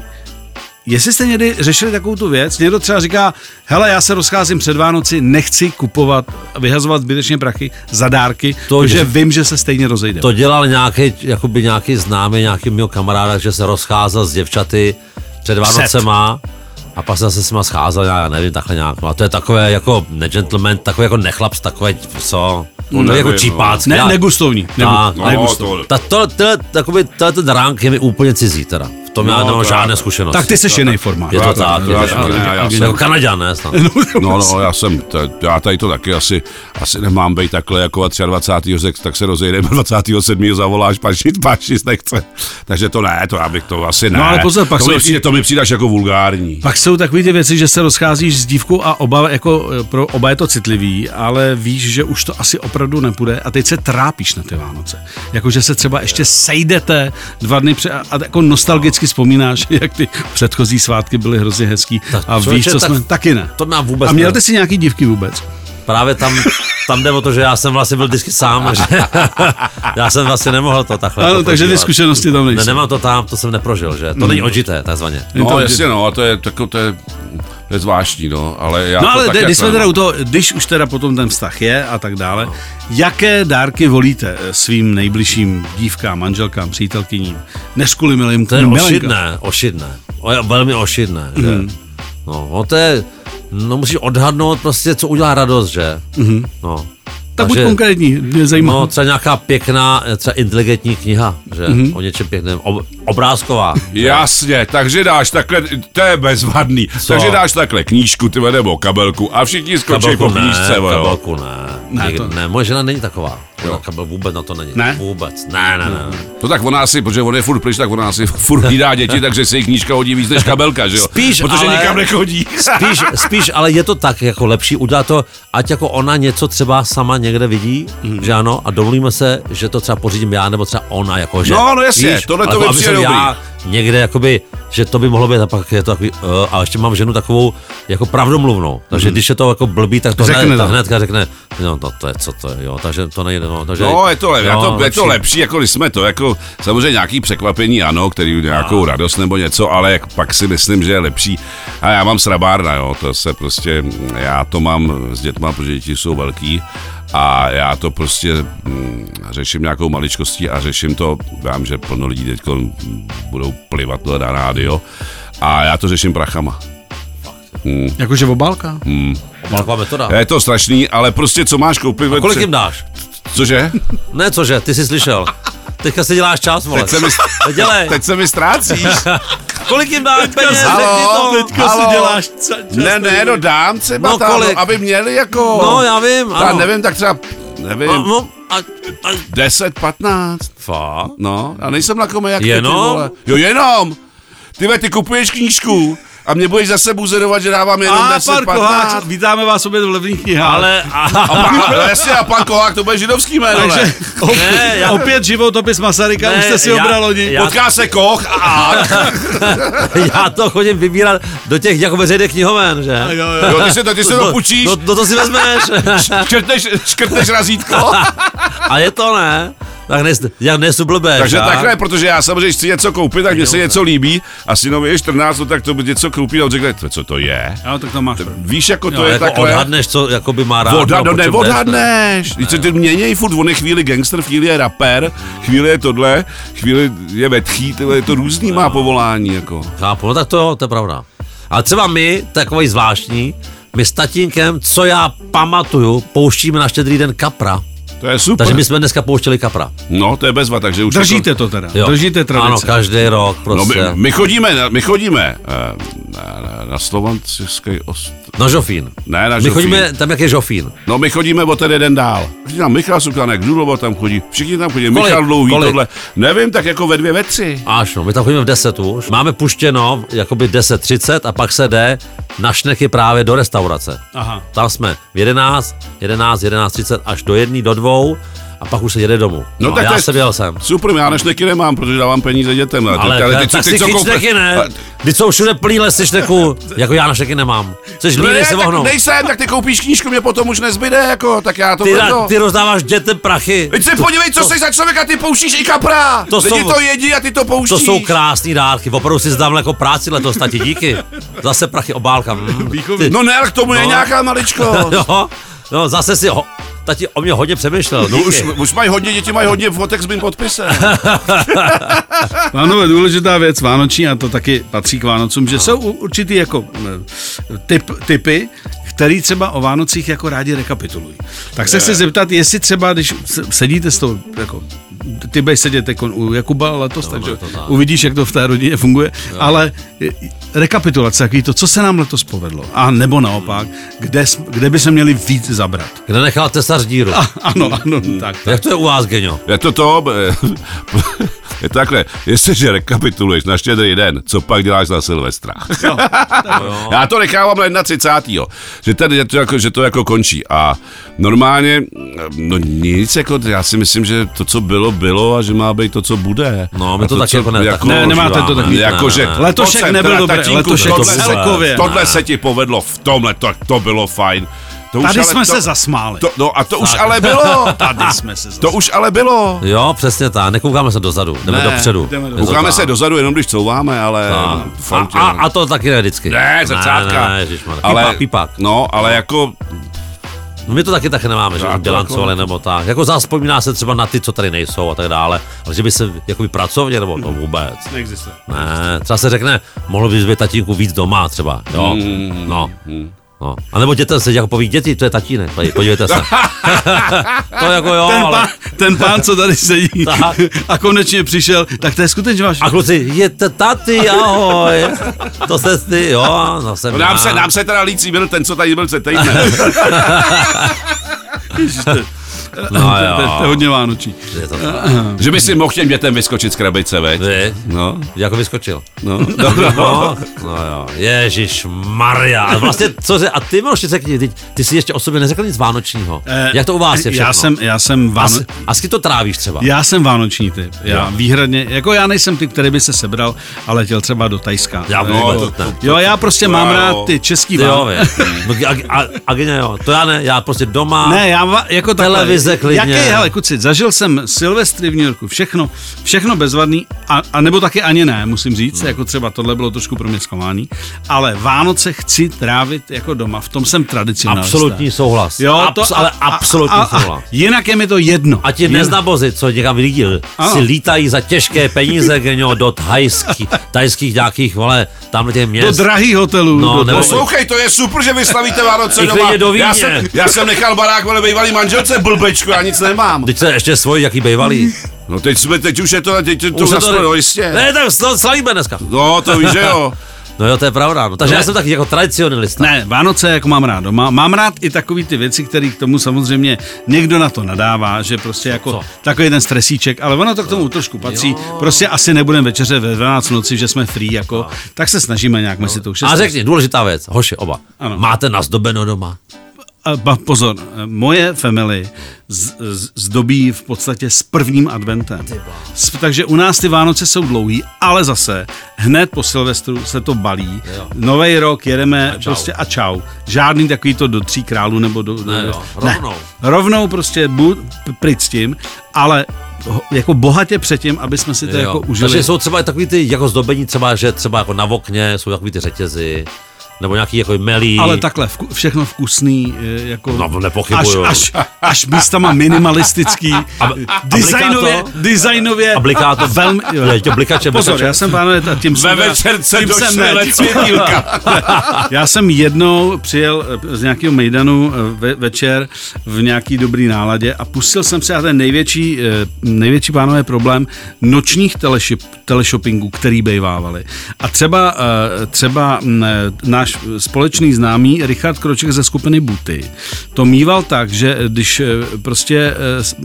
S3: Jestli jste někdy řešili takovou tu věc, někdo třeba říká, hele, já se rozcházím před Vánoci, nechci kupovat, vyhazovat zbytečně prachy za dárky,
S4: To
S3: protože
S4: je-
S3: vím, že se stejně rozejde.
S4: To dělal nějaký, jakoby nějaký známý, nějaký mýho kamaráda, že se rozcházel s děvčaty před Vánocema a pak se zase s nima scházel, já já nevím, takhle nějak. No a to je takové jako negentleman, takové jako nechlap, takové, co? No, to je jako
S5: nevím,
S4: čipácky.
S3: Ne,
S4: já-
S3: negustovní.
S4: Tak,
S3: Negu,
S4: no,
S3: negustovní.
S5: to-
S4: Ta, to, tyhle, takoby, tyhle ten rank je mi úplně cizí teda. V tom já
S5: No,
S4: nemám
S5: to-
S4: žádné zkušenosti.
S3: Tak ty seš jiný formát.
S4: Je to
S3: *laughs*
S5: Já-
S4: tak,
S5: já-
S4: je to
S5: já- já- já
S4: tak.
S5: jsem-
S4: Jako Kanaďan, ne? snad?
S5: No, no, já jsem, t- já tady to taky asi, asi nemám být takhle jako a 23. řek, tak se *laughs* rozejdeme 27. zavoláš, pašit, pašit nechce. Takže to ne, to já bych to asi ne.
S3: No, ale pozor, pak
S5: to,
S3: jsou
S5: mi
S3: i-
S5: přijde, to mi přijde až jako vulgární.
S3: Pak jsou takové ty věci, že se rozcházíš s dívkou a oba, jako, eh, pro oba je to citlivý, ale víš, že už to asi opravdu nepůjde a teď se trápíš na ty Vánoce. Jakože se třeba ještě sejdete dva dny před a, a jako nostalgicky vzpomínáš, *laughs* jak ty předchozí svátky byly hrozně hezký
S4: Tak
S3: a víš,
S4: člověče,
S3: co
S4: tak-
S3: jsme... Taky ne.
S4: to nám vůbec
S3: A měl
S4: ne.
S3: jsi nějaký dívky vůbec?
S4: Právě tam, tam jde o to, že já jsem vlastně byl vždycky sám, že *laughs* já jsem vlastně nemohl to takhle
S3: Ano,
S4: jako
S3: takže ty
S4: prožívat.
S3: zkušenosti tam
S4: Ne,
S3: nejsou. Hmm.
S4: nemám to tam, to jsem neprožil, že? To není odžité, takzvaně.
S3: Je to-
S5: No, jasně, no, a to je, tako, to je, to je zvláštní, no, ale já
S3: No
S5: to
S3: ale
S5: tak
S3: jde-
S5: jako
S3: když jsme
S5: nemám.
S3: teda u toho, když už teda potom ten vztah je a tak dále, jaké dárky volíte eh, svým nejbližším dívkám, manželkám, přítelkyním? Než kvůli milým,
S4: To je
S3: milenkám.
S4: ošidné, ošidné. O, je- velmi ošidné, že?
S3: Hmm.
S4: No, no, to je, no musíš odhadnout prostě, co udělá radost, že? No.
S3: Hmm. Tak buď konkrétní, mě zajímá.
S4: No, třeba nějaká pěkná, eh, třeba inteligentní kniha, že?
S3: Hmm.
S4: O něčem pěkném. Ob, obrázková.
S5: Jasně, takže dáš takhle, to je bezvadný,
S4: Co?
S5: takže dáš takhle knížku, ty vole, nebo kabelku a všichni skočí po
S4: Kabelku ne,
S5: knížce, vole, jo.
S4: kabelku ne.
S3: Ne,
S4: Nikdy-
S3: to-
S4: ne, moje žena není taková. Ona kabel vůbec na to není.
S3: Ne?
S4: Vůbec. Ne, ne, ne.
S5: To No tak ona asi, protože on je furt pryč, tak ona si furt hlídá děti, takže se jí knížka hodí víc než kabelka, že jo?
S4: Spíš,
S5: protože
S4: ale-
S5: nikam nechodí.
S4: Spíš, *laughs* spíš, ale je to tak jako lepší udělat to, ať jako ona něco třeba sama někde vidí,
S5: Mhm.
S4: že ano, a domluvíme se, že to třeba pořídím já, nebo třeba ona, jako že.
S5: No, no jasně, tohle to
S4: jako
S5: mi
S4: aby
S5: přijde
S4: jsem
S5: dobrý.
S4: já někde jakoby, že to by mohlo být, a pak je to takový, uh, a ještě mám ženu takovou jako pravdomluvnou, takže
S5: Mhm.
S4: když je to jako blbý, tak to
S3: Řekne
S4: hned, ta
S3: to.
S4: hnedka řekne, no, no to je, co to je, jo, takže to nejde, no, takže,
S5: No, je to, lep,
S4: jo,
S5: to, je to lepší, jako když jsme to, jako samozřejmě nějaký překvapení, ano, který
S4: No.
S5: nějakou radost nebo něco, ale jak, pak si myslím, že je lepší. A já mám srabárna, jo, to se prostě, já to mám s dětma, protože děti jsou velký a já to prostě mm, řeším nějakou maličkostí a řeším to, vím, že plno lidí teď budou plivat na rádio a já to řeším prachama.
S3: Jakože obálka?
S4: Malková metoda.
S5: Je to strašný, ale prostě co máš koupit ve
S4: Kolik
S5: tři-
S4: jim dáš? *laughs*
S5: Cože?
S4: Ne, cože, ty jsi slyšel. Teďka si děláš čas, vole.
S5: Teď se mi,
S4: Dělej.
S5: teď se mi ztrácíš.
S4: Kolik jim dáš peněz?
S5: Halo,
S4: Řekni to.
S5: halo.
S3: co,
S5: Ne, ne, no dám třeba
S4: No,
S5: tam,
S4: kolik?
S5: aby měli jako...
S4: No, já vím,
S5: Já
S4: ano.
S5: nevím, tak třeba, nevím,
S4: A, no, a, a,
S5: 10, 15,
S4: fa.
S5: no, já nejsem lakomý jak ty,
S4: Jenom?
S5: ty vole. Jo, jenom. Ty ve, ty kupuješ knížku a mě budeš zase buzerovat, že dávám jenom
S3: A
S5: 10,
S3: pár
S5: 15.
S3: Koháč, vítáme vás obě v levných knihách.
S4: Ale, a,
S5: A pan,
S4: *laughs*
S5: ale jasně, a pan Kohák, to bude židovský jméno, ne?
S3: Takže opět,
S4: Ne, já-
S3: opět životopis Masaryka,
S4: Ne,
S3: už jste si
S4: já-
S3: obral loni.
S4: já-
S5: Potká se Koch a Ák.
S4: *laughs* já to chodím vybírat do těch jako veřejných knihoven, že?
S3: Jo, jo.
S5: Jo, ty se to, ty se to půjčíš,
S4: No, no to si
S5: *laughs*
S4: vezmeš.
S5: škrtneš, škrtneš razítko.
S4: *laughs* a je to ne. Tak nejsi, jak nejsi blbé,
S5: Takže
S4: že?
S5: tak ne, protože já samozřejmě chci něco koupit, tak mně se něco líbí a synovi je 14, no tak to něco koupí a on řekne, "To co to je?
S3: Jo, tak to máš.
S5: Víš, jako to
S4: No,
S5: je
S4: jako
S5: takhle?
S4: odhadneš, co jako by má rád.
S5: Voda, no
S4: po čem jde,
S5: neodhadneš. Víš, co, Ty měněj furt, on je chvíli gangster, chvíli je rapper, chvíli je tohle, chvíli je vetchý, tyhle, je to různý má povolání, jako.
S4: Chápu, no tak to jo, to je pravda. Ale třeba my, takový zvláštní, My s tatínkem, co já pamatuju, pouštíme na štědrý den kapra.
S5: To je super.
S4: Takže my jsme dneska pouštěli kapra.
S5: No, to je bezva, takže už...
S3: Držíte to teda,
S4: Jo.
S3: držíte
S4: Ano,
S3: tradice.
S4: každý rok
S5: No, my,
S4: prostě. No,
S5: my chodíme, na- my chodíme eh, na, na, na Slovanský ost...
S4: Na žofín.
S5: Ne, na
S4: My
S5: Žofín.
S4: chodíme tam, jak je žofín.
S5: No, my chodíme o ten jeden dál. Chodí tam Michal Sukanek, Dulovo tam chodí, všichni tam chodí,
S4: Kolik?
S5: Michal Dlouhý,
S4: Kolik?
S5: tohle. Nevím, tak jako ve dvě, ve tři.
S4: Až no, my tam chodíme v 10 už. Máme puštěno jakoby 10.30 a pak se jde na šneky právě do restaurace.
S3: Aha.
S4: Tam jsme v 11, 11, 11.30 až do 1, do 2 a pak už se jede domů.
S5: No,
S4: a
S5: tak to
S4: já
S5: je-
S4: jsem jel sem.
S5: Super, já nešneky nemám, protože dávám peníze dětem.
S4: Ale, ale tak si
S5: co
S4: chyť
S5: koupíš?
S4: šneky, ne?
S5: A-
S4: Když jsou všude plný lesy šneku, jako já na šneky nemám. Jsi
S5: No
S4: líný
S5: ne,
S4: se
S5: tak
S4: vohnou.
S5: nejsem, tak ty koupíš knížku, mě potom už nezbyde, jako, tak já to
S4: Ty,
S5: proto.
S4: ra- ty rozdáváš dětem prachy.
S5: Teď se podívej, co
S4: to-
S5: jsi za člověka, ty pouštíš i kapra.
S4: To
S5: Lidi
S4: jsou-
S5: to jedí a ty to pouštíš.
S4: To jsou krásné dárky, opravdu si zdám jako práci letos, tati, díky. Zase prachy obálka. Mm, ty-
S5: No ne, ale k tomu je
S4: No.
S5: nějaká maličkost.
S4: *laughs* jo, no, zase si ho, tati o mě hodně přemýšlel.
S5: No
S4: díky.
S5: už, už mají hodně děti, mají hodně fotek s mým podpisem.
S3: Ano, No, důležitá věc vánoční a to taky patří k Vánocům, že jsou u- určitý jako eh, typ, typy, který třeba o Vánocích jako rádi rekapitulují. Tak se chci zeptat, jestli třeba, když se- sedíte s tou, jako, ty budeš sedět jako u Jakuba letos, no, takže
S4: to tak.
S3: uvidíš, jak to v té rodině funguje, ale eh, rekapitulace, jaký to, co se nám letos povedlo, a nebo naopak, kde, jsme- kde by se měli víc zabrat.
S4: Kde nechal tesař díru?
S5: Ah.
S3: *laughs*
S4: No,
S3: Ano, ano, tak. tak.
S4: Jak to je u vás, Geňo?
S5: Je to to, b- *laughs* je to takhle, jestliže rekapituluješ na štědrý den, co pak děláš
S4: *laughs*
S5: na Silvestra? Já to nechávám na 31. Že, tady, je to jako, že to jako končí a normálně, no nic, jako, já si myslím, že to, co bylo, bylo a že má být to, co bude.
S4: No, my
S5: A
S4: to taky
S5: co-
S4: jako ne- tak
S3: Ne, nemáte to taky.
S4: Ne,
S5: Jako,
S4: ne,
S5: že
S4: ne.
S3: Letošek
S5: pojď sem,
S3: nebyl
S5: teda,
S3: dobré,
S5: tatínku,
S3: letošek
S5: tohle se-
S3: celkově.
S5: Tohle se ti povedlo v tomhle, to, to bylo fajn. To už
S3: Tady
S5: ale
S3: jsme
S5: to,
S3: se zasmáli.
S5: To, no a to už
S4: *laughs*
S5: ale bylo.
S3: Tady jsme se
S5: To už ale bylo.
S4: Jo, přesně tak, nekoukáme se dozadu, jdeme
S3: Ne,
S4: dopředu.
S3: jdeme
S4: Je to
S3: dopředu.
S5: Koukáme
S4: tak.
S5: se dozadu, jenom když couváme, ale...
S4: Tak.
S5: v
S4: A,
S5: autě-
S4: a, a to taky ne vždycky.
S5: Ne, zrcátka.
S4: Ne, ne, ne, ježišmarja. pípák, pípák.
S5: No, ale jako...
S4: No my to taky taky nemáme, že
S5: Tak, tak,
S4: bilancovali nebo tak. Jako zaspomíná se třeba na ty, co tady nejsou a tak dále. Ale že by se jakoby pracovně nebo to vůbec.
S3: Neexistuje.
S4: Ne, třeba se řekne, mohlo bys být tatínku víc doma třeba, jo. No. No. A nebo dětem se jako poví, děti, to je tatínek, tady, podívejte se. to jako jo,
S3: ten,
S4: ale...
S3: pán, ten pán, co tady sedí
S4: *laughs* Tak.
S3: a konečně přišel, tak to je skutečně váš.
S4: A kluci, je to tati, ahoj. To se ty, jo, no jsem
S5: No, nám,
S4: já.
S5: se, nám se teda lící byl ten, co tady byl
S4: *laughs*
S5: před týdnem.
S4: No
S3: To, to, je- to je
S4: jo,
S3: hodně vánoční.
S4: je to tak.
S5: že by si mohl těm dětem vyskočit z krabice, veď?
S4: Vy?
S5: No,
S4: Jako vyskočil.
S5: no, no,
S4: *laughs*
S5: no.
S4: No, no jo, Ježíš Maria. A vlastně, co ře, a ty Miloši, řekni, ty, ty jsi ještě o sobě neřekl nic vánočního. Jak to u vás je všechno?
S3: Eh, Já jsem, já jsem
S4: a,
S3: váno...
S4: s, a s kým to trávíš třeba?
S3: Já jsem vánoční typ. Já výhradně, jako já nejsem typ, který by se sebral a letěl třeba do Tajska. Eh,
S4: Já
S3: Nebo-
S4: vůbec ne.
S3: jo, já prostě
S5: to
S3: mám
S5: já
S3: rád
S5: jo.
S3: ty český
S4: Ty jo,
S3: Vánoce.
S4: vy. a, a, a, Gina, jo, to já ne, já prostě doma.
S3: Ne, já va- jako takhle.
S4: Televize klidně.
S3: Jaký, hele, kuci, zažil jsem Silvestry v New Yorku, všechno, všechno bezvadný, a, a nebo taky ani ne, musím říct,
S4: No.
S3: jako třeba tohle bylo trošku pro mě zklamání, ale Vánoce chci trávit jako doma, v tom jsem tradicionalista.
S4: Absolutní souhlas.
S3: no, Jo,
S4: Abs- ale absolutní souhlas.
S3: Jinak je mi to jedno.
S4: A ti
S3: Jen-
S4: neznabozy, co někam lidi
S3: Ano.
S4: si lítají za těžké peníze, Genio, do thajských, tajských nějakých, vole, tam těch
S3: Do
S4: měst.
S3: drahých hotelů.
S4: No,
S3: do
S4: nebo-
S3: toho-
S5: Poslouchej, to je super, že vy slavíte Vánoce
S4: I
S5: doma.
S4: klidně do
S5: já,
S4: Vídně.
S5: jsem, já jsem nechal barák, ale bývalý manželce, blbečku, já nic nemám.
S4: Teď se ještě svoj, jaký bejvalý.
S5: No teď, jsme, teď už je to, teď to
S4: Už se
S5: už
S3: no,
S5: to, jistě.
S4: Ne, tak to slavíme dneska.
S5: No, to víš, že
S4: *laughs*
S5: jo.
S4: No jo, to je pravda. No. Takže já jsem taky jako tradicionalista.
S3: Ne, Vánoce jako mám rád doma. Mám rád i takový ty věci, které k tomu samozřejmě někdo na to nadává, že prostě jako
S4: co?
S3: takový ten stresíček, ale ono to k tomu trošku patří. Prostě asi nebudeme večeře ve 12 noci, že jsme free, jako, tak se snažíme nějak mezi tou
S4: A
S3: šestou.
S4: řekni, důležitá věc, hoši, oba.
S3: Ano.
S4: Máte nazdobeno doma.
S3: A ba- pozor, moje family z, z, zdobí v podstatě s prvním adventem. S, takže u nás ty Vánoce jsou dlouhý, ale zase hned po Silvestru se to balí. Nový rok jedeme a prostě a čau. Žádný takový to do tří králů nebo do... do
S4: Ne, jo,
S3: ne.
S4: rovnou.
S3: Rovnou prostě buď p- pryč s tím, ale ho- jako bohatě předtím, aby jsme si to jo. jako užili.
S4: Takže jsou třeba i takový ty jako zdobení třeba, že třeba jako na okně jsou takový ty řetězy, Nebo nějaký jako melí.
S3: Ale takhle, vku, všechno vkusný, eh, jako...
S4: No, nepochybuju.
S3: Až, až, až místama minimalistický, designově,
S4: bliká to?
S3: designově...
S4: A bliká to velmi... Je, to blikače,
S3: Pozor,
S4: blikače.
S3: já jsem, pánové, t- tím
S5: Ve
S3: jsem...
S5: večerce
S3: tím
S5: do
S3: jsem ne-
S5: let světílka.
S3: *laughs* Já jsem jednou přijel eh, z nějakého Mejdanu eh, ve, večer v nějaký dobrý náladě a pustil jsem se na ten největší, eh, největší pánové problém nočních teleshop, teleshoppingů, který bejvávali. A třeba, eh, třeba mm, eh, náš společný známý Richard Kroček ze skupiny Buty to mýval tak, že eh, když eh, prostě eh, s-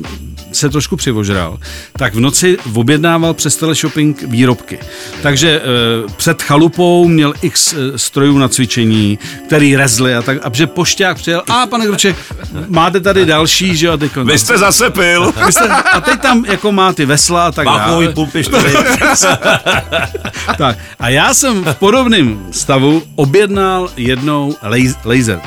S3: se trošku přivožral, tak v noci objednával přes teleshopping výrobky. Takže eh, před chalupou měl x eh, strojů na cvičení, který rezli a tak, a že pošťák přijel, a pane Groček, máte tady další, že jo, a teď
S5: Vy jste zase pil.
S3: Vy jste- a teď tam jako má ty vesla a tak
S4: Bákový
S3: dále.
S4: pumpy, čtyři.
S3: *laughs* Tak. A já jsem v podobném stavu objednal jednou lej- laser.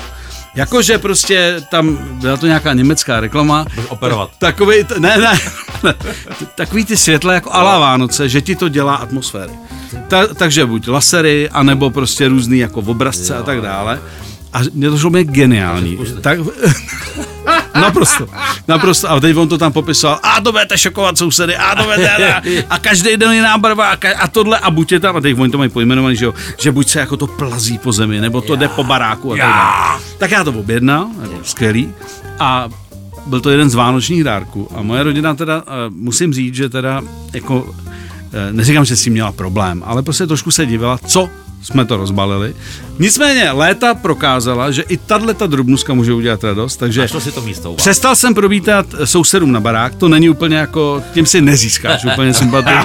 S3: Jakože prostě tam byla to nějaká německá reklama.
S4: operovat.
S3: Takový, t- ne, ne, ne, *laughs* T- takový ty světla jako ala Vánoce, že ti to dělá atmosféry. Ta, takže buď lasery, anebo prostě různý jako obrazce a tak dále. A mě to šlo mě geniální. Tak, *laughs* naprosto, naprosto. A teď on to tam popisoval, a to budete šokovat sousedy, a to budete, a každý den jiná barva, a, ka- a tohle, a buď je tam, a teď oni to mají pojmenovaný, že jo, že buď se jako to plazí po zemi, nebo to jde po baráku a tak dále. Tak já to objednal, jako skvělý, a byl to jeden z vánočních dárků a moje rodina teda, eh, musím říct, že teda jako, eh, neříkám, že s tím měla problém, ale prostě trošku se divila, co jsme to rozbalili. Nicméně léta prokázala, že i tahle ta drobnuska může udělat radost, takže
S4: Šlo si to místo. Přes...
S3: Přestal jsem probítat sousedům na barák, to není úplně jako, tím si nezískáš úplně
S4: *laughs*
S3: sympatii,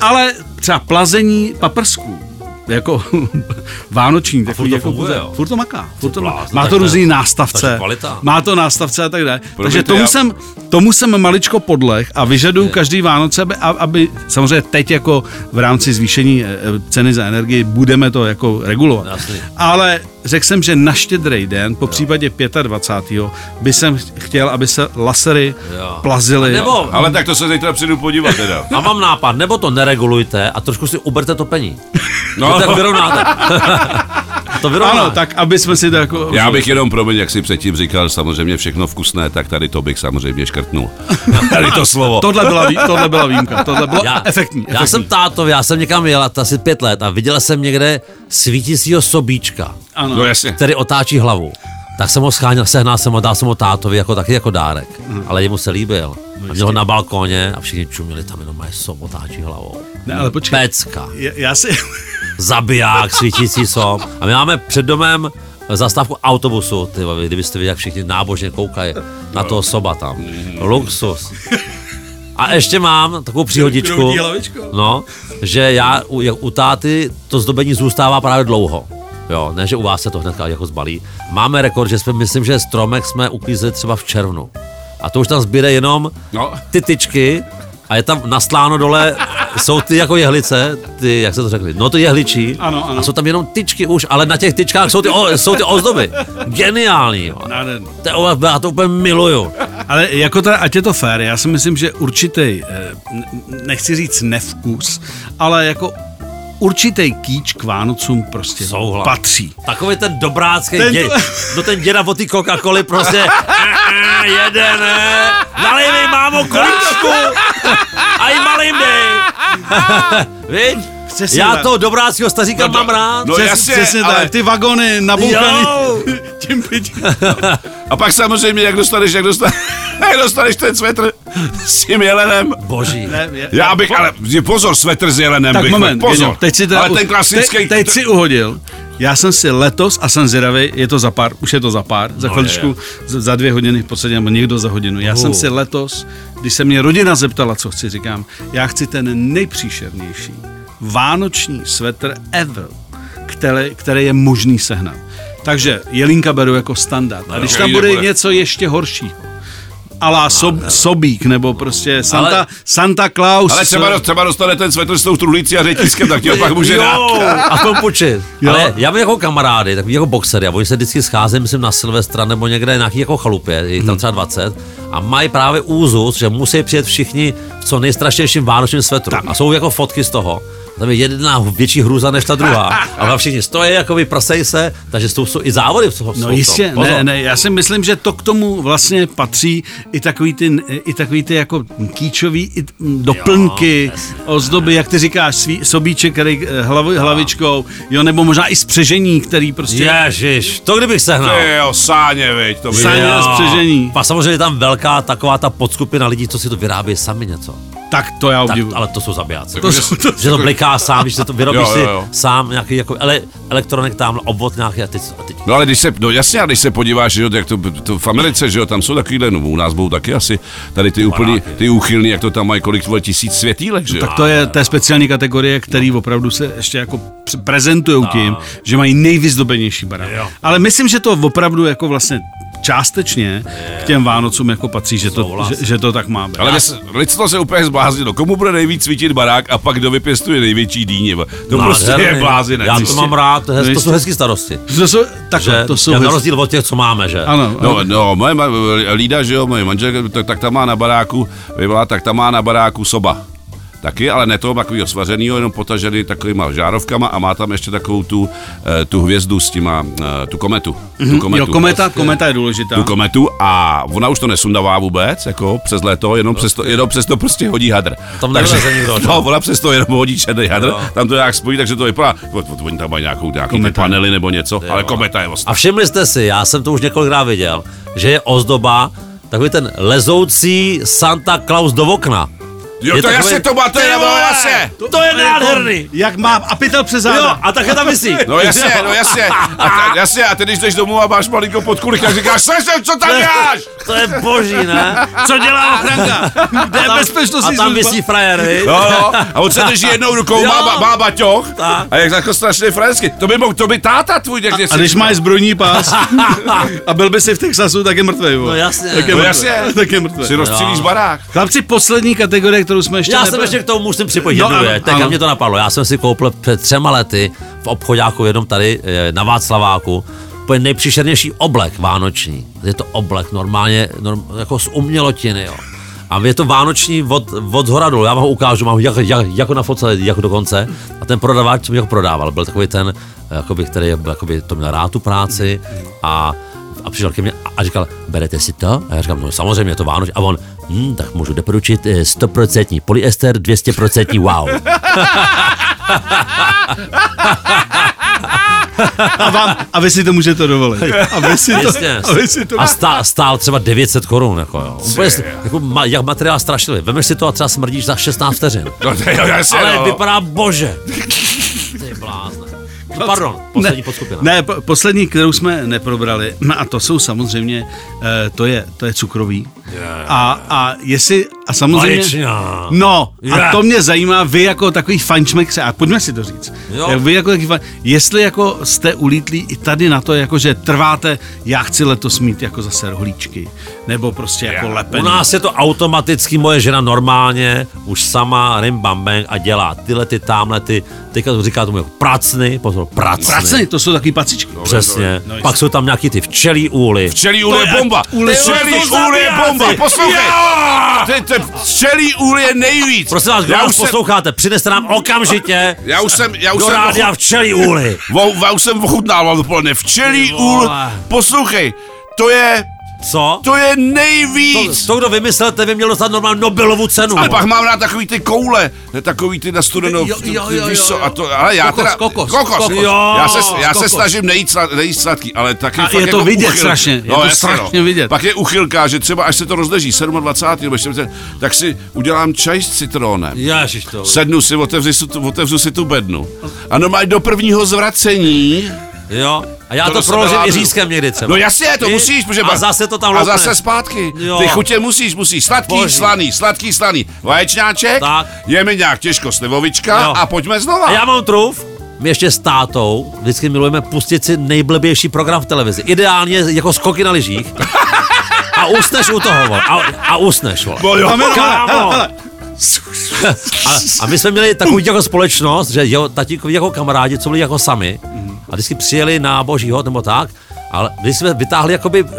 S3: ale třeba plazení paprsků, jako *laughs* vánoční, tak jako
S4: furt to funguje, jo?
S3: furt to maká, furt to maká.
S4: blázen,
S3: má to
S4: tak to je-
S3: různý
S4: takže
S3: nástavce,
S4: kvalita.
S3: má to nástavce a tak dále. Takže
S5: Promiňte,
S3: tomu,
S5: já-
S3: jsem, *laughs* tomu jsem maličko podlech a vyžaduju každý Vánoce, aby, a- aby samozřejmě teď jako v rámci zvýšení eh, eh, ceny za energii budeme to jako regulovat.
S4: Jasně.
S3: Ale řekl jsem, že na štědrý den, po případě 25. by jsem chtěl, aby se lasery
S4: Jo.
S3: plazily.
S4: Nebo,
S5: Ale tak to se zítra přijdu podívat teda.
S4: a mám nápad, nebo to neregulujte a trošku si uberte to pení. No. To
S3: *laughs*
S4: tak vyrovnáte. to vyrovnáte.
S3: Ano, tak aby jsme si to jako...
S5: Já bych jenom, promiň, jak si předtím říkal, samozřejmě všechno vkusné, tak tady to bych
S3: *laughs*
S5: samozřejmě škrtnul. Tady to slovo.
S3: Tohle byla, vý- tohle byla výjimka, tohle bylo
S4: Já,
S3: No, efektní. efektní.
S4: já jsem tátovi, já jsem někam jel, a to asi pět let, a viděl jsem někde svítícího sobíčka,
S3: Ano.
S5: No jasně.
S4: který otáčí hlavu. Tak jsem ho scháněl, sehnal jsem ho, dal jsem ho tátovi jako taky jako dárek,
S3: Mhm.
S4: ale jemu se líbil. A
S3: Prostě.
S4: měl ho na balkóně a všichni čumili tam jenom mají sob otáčí hlavou.
S3: Ne, ale počkej.
S4: Pecka,
S3: Já, já si...
S4: zabiják, svítící sob. A my máme před domem zastávku autobusu, ty vole, kdybyste viděli, jak všichni nábožně koukají na toho soba tam.
S3: Mm.
S4: Luxus. A ještě mám takovou příhodičku.
S3: Kroutí hlavičkou.
S4: No, že já u, jak u táty to zdobení zůstává právě dlouho. Jo, ne, že u vás se to hned jako zbalí. Máme rekord, že jsme, myslím, že stromek jsme uklízeli třeba v červnu. A to už tam zbyde jenom
S5: No.
S4: ty tyčky a je tam nasláno dole, jsou ty jako jehlice, ty, jak se to řekli, no to jehličí.
S3: Ano, ano.
S4: A jsou tam jenom tyčky už, ale na těch tyčkách jsou ty, o, jsou ty ozdoby. Geniální, jo.
S3: Nádherný.
S4: To, je- já to úplně miluju.
S3: Ale jako ta, ať je to fér, já si myslím, že určitý, eh, n- nechci říct nevkus, ale jako určitý kýč k Vánocům prostě
S4: Souhlas.
S3: patří.
S5: No
S4: Takový ten dobrácký
S3: Ten-
S4: ten... Dě, no ten děda od té coca coly prostě *laughs* "Eh, eh, jede, ne? Nalej mi, mámo, količku! A jí malým dej! Víš?
S3: Chce si
S4: Já
S3: rád.
S4: toho dobráckého staříka
S5: No,
S4: mám rád.
S5: no,
S4: Přes-
S5: jasně,
S3: Přesně
S5: ale-
S3: tak, ty vagony nabouchaný
S4: Jo.
S3: *laughs* tím pitím.
S5: A pak samozřejmě, jak dostaneš, jak dostaneš, *laughs* jak dostaneš ten svetr s tím jelenem.
S4: Boží.
S5: Já bych, ale pozor, svetr s jelenem
S3: Tak
S5: bych,
S3: moment,
S5: pozor.
S3: Geňo, teď si teda,
S5: ale
S3: u-
S5: ten klasický,
S3: Te, teď si uhodil. Já jsem si letos, a jsem zvědavý, je to za pár, už je to za pár,
S5: No,
S3: za chviličku, z- za dvě hodiny v podstatě, nebo někdo za hodinu. Já
S5: Uh.
S3: jsem si letos, když se mě rodina zeptala, co chci, říkám, já chci ten nejpříšernější vánoční svetr ever, který, který je možný sehnat. Takže jelinka beru jako standard. A když
S5: jo,
S3: tam
S5: jde,
S3: bude
S5: bude.
S3: něco ještě horšího, ala sob, sobík, nebo prostě Santa,
S4: Ale-
S3: Santa Claus.
S5: ale třeba, třeba dostane ten svetr s tou truhlící a řetízkem, tak ti ho pak může dát.
S4: jo, a v tom počet. Ale já mám jako kamarády, takový jako boxery, a oni se vždycky scházejí, myslím, na Silvestra nebo někde na nějaký jako chalupě, je
S3: Mhm.
S4: jich tam třeba 20, a mají právě úzus, že musí přijet všichni v co nejstrašnějším vánočním svetru. A jsou jako fotky z toho. tam je jedna větší hruza než
S3: *laughs*
S4: ta druhá. A tam všichni stojí, jakoby prsej se, takže s tou jsou i závody. v- Jsou,
S3: No
S4: v tom.
S3: jistě,
S4: Pozor.
S3: ne, ne, já si myslím, že to k tomu vlastně patří i takový ty, i takový ty jako kýčový i t- m, doplňky, ozdoby, jak ty říkáš, svý, sobíček který, eh, hlavi, hlavičkou, jo, nebo možná i spřežení, který prostě...
S4: Ježiš, to kdybych sehnal.
S5: Ty jo, sáně, viď, to by...
S3: Sáně.
S4: Jo.
S3: na spřežení.
S4: A samozřejmě je tam velká taková ta podskupina lidí, co si to vyrábí sami něco.
S3: Tak to já
S4: Tak,
S3: obdivuji.
S4: ale to jsou zabijáci.
S5: To jsou- to
S4: že to bliká sám, že to vyrobíš
S5: Jo, jo, jo.
S4: si sám nějaký jako ele, elektronik tam, obvod nějaký a teď, a teď
S5: No ale když se, no jasně, a když se podíváš, že jo, jak to, to v Americe, že jo, tam jsou takovýhle, no u nás budou taky asi tady ty úplný, ty úchylný, jak to tam mají, kolik vole, tisíc světílek,
S4: No
S5: že jo.
S3: Tak to je té speciální kategorie, který opravdu se ještě jako prezentují tím, že mají nejvyzdobenější barák.
S4: No. Jo.
S3: Ale myslím, že to opravdu jako vlastně částečně k těm Vánocům jako patří, že to,
S4: Souhlasím.
S3: že, že to tak máme.
S5: Ale vys- lidstvo se úplně zbláznilo. Komu bude nejvíc svítit barák a pak kdo vypěstuje největší dýně? vole? To prostě je
S4: Nádherný.
S5: blázinec.
S4: Já to
S3: Jistě.
S4: mám rád, to, je, to
S3: Jistě.
S4: jsou hezký starosti.
S3: To jsou, tak
S4: Že,
S3: to jsou...
S4: na
S3: hezký-
S4: rozdíl od těch, co máme, že?
S3: Ano,
S5: No, no, moje ma- Lída, že jo, moje manželka, tak, tak tam má na baráku, vyvolá, tak tam má na baráku soba. Taky, ale ne toho takového svařenýho, jenom potažený takovýma žárovkama a má tam ještě takovou tu, eh, tu hvězdu s těma, eh, tu kometu. Tu kometu.
S3: Mhm.
S5: vlastně.
S3: Jo, kometa, kometa je důležitá.
S5: tu kometu a ona už to nesundává vůbec, jako přes léto, jenom, přes to, jenom přes to prostě hodí hadr.
S4: Tam nevyleze nikdo,
S5: No, ona přes to jenom hodí černý hadr, tam to nějak spojí, takže to vypadá, o- o- oni tam mají nějakou, nějaký ty
S3: Kometa.
S5: panely nebo něco, ale kometa je vlastně.
S4: A všimli jste si, já jsem to už několikrát viděl, že je ozdoba, takový ten lezoucí Santa Claus do okna.
S5: Jo, to jasně, to má, to je, no jasně.
S4: To, to je nádherný.
S3: Jako Jak má a pytel přes
S4: Jo,
S3: záda.
S4: a také tam
S3: *laughs*
S4: vysí.
S5: No jasně, no jasně. A, ta, jasně, a ty když jdeš domů a máš malinko pod kulich, tak říkáš, slyším, co tam děláš?
S4: To je boží, ne?
S3: Co dělá ochranka? Kde je
S4: A tam-
S3: bezpečnostní
S4: A tam
S3: služba?
S4: vysí frajer,
S5: *laughs*
S4: viď?
S5: No, no, a on se drží jednou
S4: *laughs*
S5: rukou,
S4: Jo.
S5: má, ba- má baťoch
S4: Tak.
S5: a jak jako strašně frajersky. To by mohl, to by táta tvůj někde
S3: A když máš zbrojní
S5: *laughs*
S3: pás a byl by si v Texasu, tak je mrtvej. vole.
S4: No jasně.
S3: Tak je
S5: No
S3: mrtvej.
S5: jasně.
S3: Tak je mrtvej.
S5: si rozstřílíš
S4: Jo.
S5: barák.
S3: Chlapci, poslední kategorie, kterou jsme ještě
S4: Já jsem
S3: nebyli.
S4: ještě k tomu musím připojit
S3: No,
S4: jednu
S3: ano,
S4: věc, tak
S3: ano.
S4: mě to napadlo. Já jsem si koupil před třema lety v obchodáku jednom tady eh, na Václaváku úplně nejpříšernější oblek vánoční. Je to oblek normálně norm, jako z umělotiny, jo. A je to vánoční od, od zhora dolů. Já vám ho ukážu, mám ho jak, jak, jako na fotce, jako dokonce. A ten prodavač, co mi ho prodával, byl takový ten, eh, jakoby, který je- jakoby, to měl rád tu práci a a přišel ke mně a- a říkal, berete si to? A já říkám, no samozřejmě, je to Vánoč. A on, hm, tak můžu doporučit eh, 100% polyester, 200% wow.
S3: a, vám, a vy si to můžete
S4: *laughs*
S3: dovolit. A vy si to, *laughs*
S4: Jasně.
S3: a vy si to
S4: A stál, stál třeba 900 korun. Jako, jo. Úplně, jako, ma- jak materiál strašlivý. Vemeš si to a třeba smrdíš za 16 vteřin.
S5: No to je jo, jasně,
S4: Ale
S5: no.
S3: *laughs*
S4: vypadá bože. Ty blázne. Pardon, poslední
S3: No ne,
S4: podskupina.
S3: Ne, po- poslední, kterou jsme neprobrali, *clears throat* no a to jsou samozřejmě, eh, to je, to je cukrový. A, a jestli, a samozřejmě...
S4: Vaječňa.
S3: No, a
S4: Je.
S3: to mě zajímá, vy jako takový fančmekse, a pojďme si to říct.
S4: Jo.
S3: Jak Vy jako takový fan, jestli jako jste ulítlí i tady na to, jako že trváte, já chci letos mít jako zase rohlíčky, nebo prostě jako
S4: U
S3: lepení.
S4: nás je to automaticky, moje žena normálně, už sama rim bam bang a dělá tyhle, ty tamhle, ty, teďka to říká tomu jako pracny, pozor, pracny.
S3: Pracny, to jsou takový pacičky.
S4: Přesně.
S3: No,
S4: Pak jsou tam nějaký ty včelí úly.
S5: Včelí úl je
S3: je-
S5: bomba.
S3: úly jsou-
S5: Včelí
S4: to jsou
S5: úl je
S4: zabijáci.
S5: bomba. Poslouchej. To je- to je- Včelí úl je nejvíc.
S4: Prosím vás, kdo
S5: Já
S4: nás
S5: už jsem-
S4: posloucháte, přineste nám okamžitě
S5: Já už jsem, já už
S4: do
S5: jsem,
S4: rádia včelí úly.
S5: Wow, já už jsem ochutnal vám dopoledne. Včelí
S4: Ty
S5: úl,
S4: vole.
S5: poslouchej, to je,
S4: Co?
S5: to je
S4: To,
S5: nejvíc.
S4: to, kdo vymyslel, ten by měl dostat normálně Nobelovu cenu.
S5: A pak mám rád takový ty koule, takový ty na studenou,
S3: Jo, jo, jo,
S5: víš
S3: jo,
S5: co,
S3: jo.
S5: a to, ale já
S3: Kokos,
S5: teda,
S3: kokos,
S5: kokos.
S3: kokos.
S5: já se,
S4: Jo,
S5: já se
S4: kokos.
S5: snažím nejít, sla- nejít sladký, ale taky
S3: A
S5: fakt
S3: je to
S5: jako
S3: vidět
S5: uchyl- no.
S3: strašně, je to strašně vidět.
S5: Pak je uchylka, že třeba až se to rozleží, 27. nebo 40, tak si udělám čaj s citronem.
S4: Ježiš to.
S5: Sednu si, otevřu, si tu- otevřu si tu bednu. A normálně do prvního zvracení
S4: Jo. A já
S5: To
S4: to,
S5: do sebe
S4: proložím i
S5: ládnu.
S4: řízkem někdy třeba.
S5: No jasně, to
S4: I-
S5: musíš, protože
S4: A
S5: ba-
S4: zase to tam
S5: A
S4: loupne.
S5: zase zpátky.
S4: Jo.
S5: Ty chutě musíš, musíš. Sladký,
S4: Boží.
S5: slaný, sladký, slaný. Vaječňáček,
S4: Tak.
S5: je mi nějak těžko slivovička
S4: Jo.
S5: a pojďme znova.
S4: A já mám truf. My ještě s tátou vždycky milujeme pustit si nejblbější program v televizi. Ideálně jako skoky na lyžích. A usneš u toho, vole. A, a usneš, vole.
S5: Bo jo.
S4: Kámo. A, a my jsme měli takovou jako společnost, že jeho tatínkovi jako kamarádi, co byli jako sami,
S5: Mhm.
S4: a vždycky přijeli na boží hod nebo tak, ale když jsme vytáhli jakoby eh,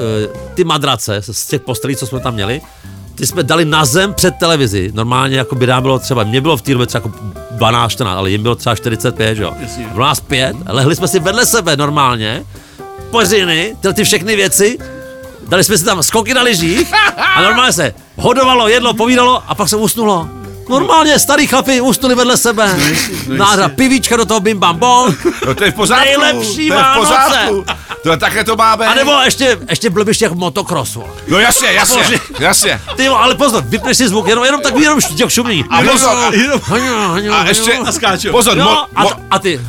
S4: ty madrace z z těch postelí, co jsme tam měli, ty- ty jsme dali na zem před televizi. Normálně jako by nám bylo třeba, mě bylo v té době třeba jako 12, 14, ale jim bylo třeba 45, jo. Bylo nás pět, lehli jsme si vedle sebe normálně, pořiny, tyhle ty všechny věci, dali jsme si tam skoky na lyžích a normálně se hodovalo, jedlo, povídalo a pak se usnulo. Normálně starý chlapi usnuli vedle sebe. Nádra, pivíčka do toho bim bam bom.
S5: No to je v pořádku.
S4: Nejlepší
S5: to je v
S4: Vánoce.
S5: pořádku. To, takhle to máme.
S4: A nebo ještě, ještě blbiště jak motocross. vole.
S5: No jasně, jasně,
S4: Bože.
S5: jasně.
S4: Ty jo, ale pozor, vypneš si zvuk, jenom, jenom tak jenom štěk šumný.
S5: A pozor, a- a ještě, pozor, mo,
S4: Jo, a,
S5: mo,
S4: to, a ty,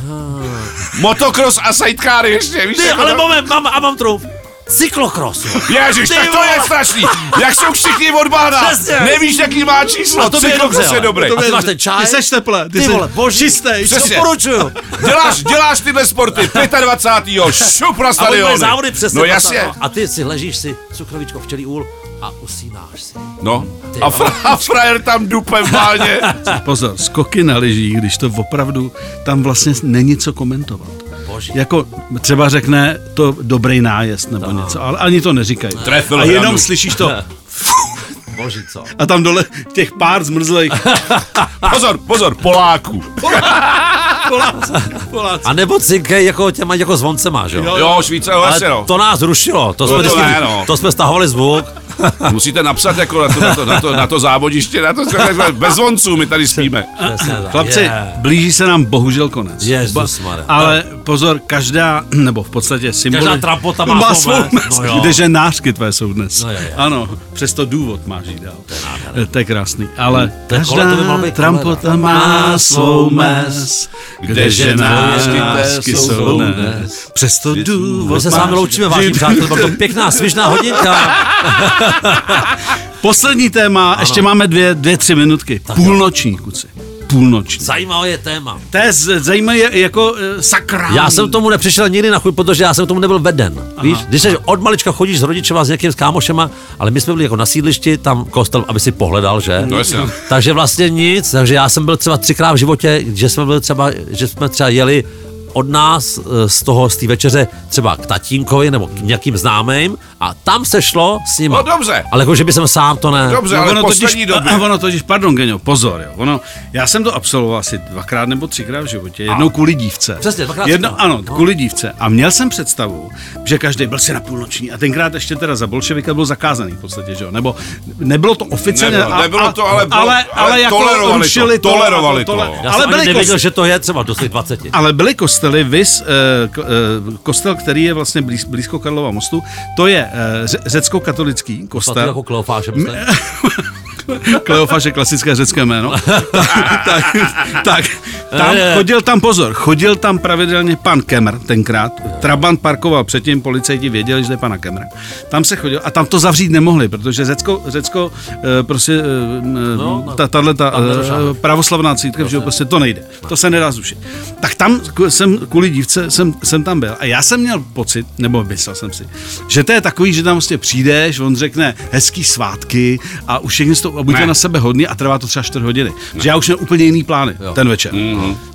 S5: motocross a sidecar ještě, víš?
S4: ty,
S5: jako
S4: ale
S5: to-
S4: moment, mám, a mám trumf. Cyklokros.
S5: Ježiš,
S4: Ty
S5: tak to
S4: vole.
S5: je strašný. Jak jsou všichni od bahna.
S4: Přesně.
S5: Nevíš, jaký má číslo.
S4: A to by je
S5: Cyklokros
S4: dobře, ale.
S5: je dobrý.
S4: To by- ty máš ten čaj?
S3: Ty seš teple, ty,
S4: Ty
S3: jsi
S4: vole, boží.
S3: čistej.
S5: Přes- Přesně.
S4: Doporučuju.
S5: Děláš, děláš tyhle sporty 25. šup na
S4: A oni
S5: stadion.
S4: mají závody přesně.
S5: No
S4: na to,
S5: jasně.
S4: no. A ty si ležíš si cukrovičko včelí úl a usínáš si.
S5: No. A, fra, a frajer tam dupe v báně.
S3: Pozor, skoky na lyžích, když to opravdu, tam vlastně není co komentovat.
S4: Boží.
S3: Jako třeba řekne to dobrý nájezd nebo něco, ale ani to neříkají.
S5: Trefil
S3: a
S5: hranu.
S3: jenom slyšíš to
S4: Boží co.
S3: a tam dole těch pár zmrzlých
S5: Pozor, pozor, Poláků.
S4: A nebo cinkej jako těma jako zvoncema, že jo?
S5: Jo, Švýce, jo,
S4: Ale
S5: jasně no.
S4: to nás rušilo, to jsme,
S5: to
S4: vždycky,
S5: ne, no.
S4: to jsme stahovali zvuk.
S5: Musíte napsat jako na to, na to, na to, na to závodiště, na to, bez vonců my tady spíme.
S3: Chlapci,
S4: Yeah.
S3: blíží se nám bohužel konec.
S4: Jezus Maria.
S3: Ale pozor, každá, *clears throat* nebo v podstatě symbol.
S4: Každá trapota má svou mez. No jo.
S3: Deženářky tvé jsou dnes.
S4: No jo, jo.
S3: Ano, přesto důvod máš jít dál. Eh, To je krásný. Ale
S4: Hmm, To je kole, to by
S3: každá
S4: mal být
S3: trampota
S4: koleda.
S3: má svou mes, kde ženářky jsou dnes. Přesto
S4: My
S3: důvod
S4: se s vámi
S3: máš-
S4: loučíme, vážení přátelé, byla to pěkná, svižná hodinka.
S3: Poslední téma, ještě máme dvě, dvě, tři minutky. Půlnoční, kuci. Půlnoční.
S4: Zajímavé je téma.
S3: To je z- zajímavé jako eh, sakrální.
S4: Já jsem tomu nepřišel nikdy na chuť, protože já jsem tomu nebyl veden. Víš, když jsi od malička chodíš s rodičema, s někým, s kámošema, ale my jsme byli jako na sídlišti, tam kostel, aby si pohledal, že?
S5: No jasně. no.
S4: Takže vlastně nic, takže já jsem byl třeba třikrát v životě, že jsme byli třeba, že jsme třeba jeli od nás eh, z toho, z té večeře třeba k tatínkovi nebo k nějakým známým a tam se šlo s ním.
S5: No dobře.
S4: Ale jako, že by jsem sám No, to ne.
S5: Dobře, ale poslední
S3: No, totiž,
S5: době.
S3: Ono totiž, pardon, Geňo, pozor, jo, ono, já jsem to absolvoval asi dvakrát nebo třikrát v životě, jednou kvůli dívce.
S4: Přesně, dvakrát,
S3: Jedno,
S4: třikrát.
S3: ano,
S5: No.
S3: kvůli dívce. A měl jsem představu, že každý byl si na půlnoční a tenkrát ještě teda za bolševika byl zakázaný v podstatě, že jo, nebo nebylo to oficiálně.
S5: Nebylo,
S3: a-
S5: nebylo
S3: a-
S5: to, ale bylo-
S3: ale,
S5: ale
S3: ale jako
S5: tolerovali to,
S3: rušili to,
S5: tolerovali to.
S3: ale
S4: Já jsem ani
S3: byli
S4: nevěděl,
S3: kos-
S4: že to je třeba do svých 20.
S3: ale byly kostely, vis, eh, k- eh, kostel, který je vlastně blíz, blízko Karlova mostu, to je eh, ře- řecko-katolický
S4: Svatý
S3: kostel.
S4: jako Kleofáš, myslím.
S3: Kleofaš je klasické řecké jméno. tak, tak, tam, chodil tam pozor, chodil tam pravidelně pan Kemr tenkrát. Trabant parkoval předtím, policajti věděli, že je pana Kemra. Tam se chodil a tam to zavřít nemohli, protože Řecko, Řecko eh, prostě
S4: No,
S3: no,
S4: no,
S3: ta, tahle ta,
S4: tam nerušáme.
S3: eh, pravoslavná církev, že jo, prostě to nejde. To se nedá zrušit. Tak tam k- jsem, kvůli dívce jsem, jsem tam byl a já jsem měl pocit, nebo myslel jsem si, že to je takový, že tam vlastně přijdeš, on řekne hezký svátky a už všechny to, a buďte
S5: Ne.
S3: na sebe hodný a trvá to třeba 4 hodiny. Že já už měl úplně jiný plány
S4: Jo. Mhm.
S3: ten večer.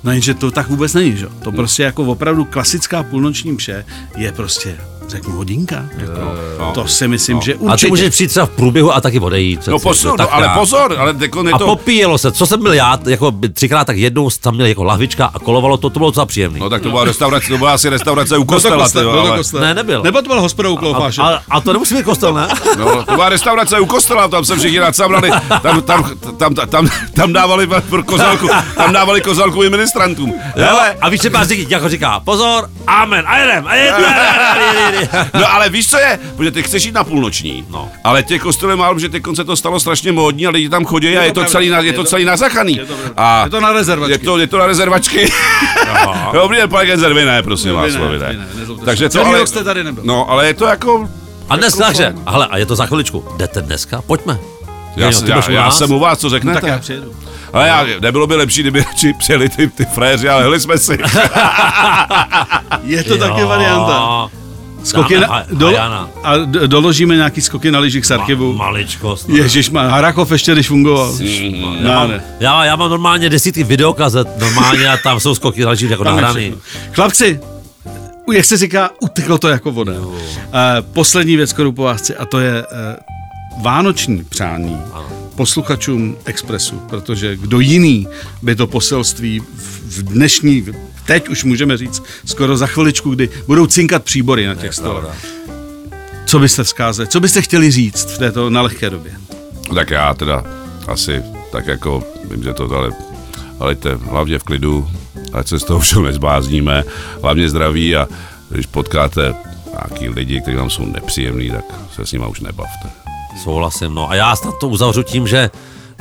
S3: No jenže to tak vůbec není, že jo. To prostě jako opravdu klasická půlnoční mše je prostě řeknu hodinka. Jako,
S5: no,
S3: to si myslím, že
S4: A ty
S3: určitě.
S4: můžeš přijít třeba v průběhu a taky odejít. přece,
S5: No pozor,
S4: tak
S5: no, ale
S4: krát.
S5: pozor, ale dekon je
S4: A
S5: to...
S4: popíjelo se, co jsem byl já, jako by třikrát, tak jednou tam měl jako lahvička a kolovalo to, to bylo docela příjemný.
S5: No tak to byla restaurace, to byla asi restaurace
S4: No
S5: u
S3: Byl to
S5: kostela, ty
S3: kostel,
S5: jo,
S3: byl to
S5: ale...
S3: kostel.
S4: Ne, nebyl.
S3: Nebo to byl hospodou Kleofáše.
S4: a, a, a, to nemusí být kostel, ne?
S5: No, to byla restaurace u kostela, tam se všichni nadsamrali, tam, tam, tam, tam, tam dávali pro kozalku, tam dávali kozalku i ministrantům.
S3: No,
S5: Hele,
S4: a víš, že máš říkat, jako říká, pozor, amen, a jedem, a jedem, a jedem.
S5: No ale víš, co je? Protože ty chceš jít na půlnoční,
S4: No.
S5: ale těch kostelů je málo, že teď se to stalo strašně módní a lidi tam chodí a je to
S3: pravda,
S5: celý, na, je
S3: je
S5: to
S3: to-
S5: celý nazachaný.
S3: je to pravda.
S5: A
S3: Je to na rezervačky.
S5: Je to, je to na rezervačky. *laughs* No, Dobrý den, pane Genzer, vy ne, prosím vás,
S3: ne,
S5: vy
S3: vy
S5: ne.
S3: ne, nezlobte
S5: Takže
S3: se.
S5: to,
S3: Celý
S5: ale,
S3: rok jste tady nebyl.
S5: No, ale je to jako...
S4: A dnes takže, a hele, a je to za chviličku, jdete dneska, pojďme.
S5: Já,
S4: Jo,
S5: se-
S4: ty
S5: já,
S4: budeš u
S5: já
S4: nás?
S5: jsem u vás, co řeknete?
S3: No tak já přijedu.
S5: Ale já, nebylo by lepší, kdyby radši přijeli ty, ty fréři, ale hli jsme si.
S3: Je to
S4: Jo.
S3: taky varianta. Skoky
S4: Dáme
S3: na,
S4: Ha-
S3: do,
S4: Hajana.
S3: a d- doložíme nějaký skoky na lyžích z archivu.
S4: Maličkost. no.
S3: Ježíš, má Harakov ještě, když fungoval. Já ne.
S4: Já, já mám normálně desítky videokazet, normálně a tam jsou skoky další jako
S3: Tam je
S4: nahraný.
S3: všechno. Chlapci, u- Eh, jak se říká, uteklo to jako voda. Uh, poslední věc, kterou po vás chci, a to je uh, vánoční přání posluchačům Expressu, protože kdo jiný by to poselství v- v dnešní, teď už můžeme říct, skoro za chviličku, kdy budou cinkat příbory na těch stolech. Co byste vzkázali? Co byste chtěli říct v této nelehké době?
S5: Tak já teda asi tak jako, vím, že to ale hleďte hlavně v klidu, ať se z toho všeho nezblázníme, hlavně zdraví a když potkáte nějaký lidi, kteří vám jsou nepříjemní, tak se s nima už nebavte.
S4: Souhlasím, no a já snad to uzavřu tím, že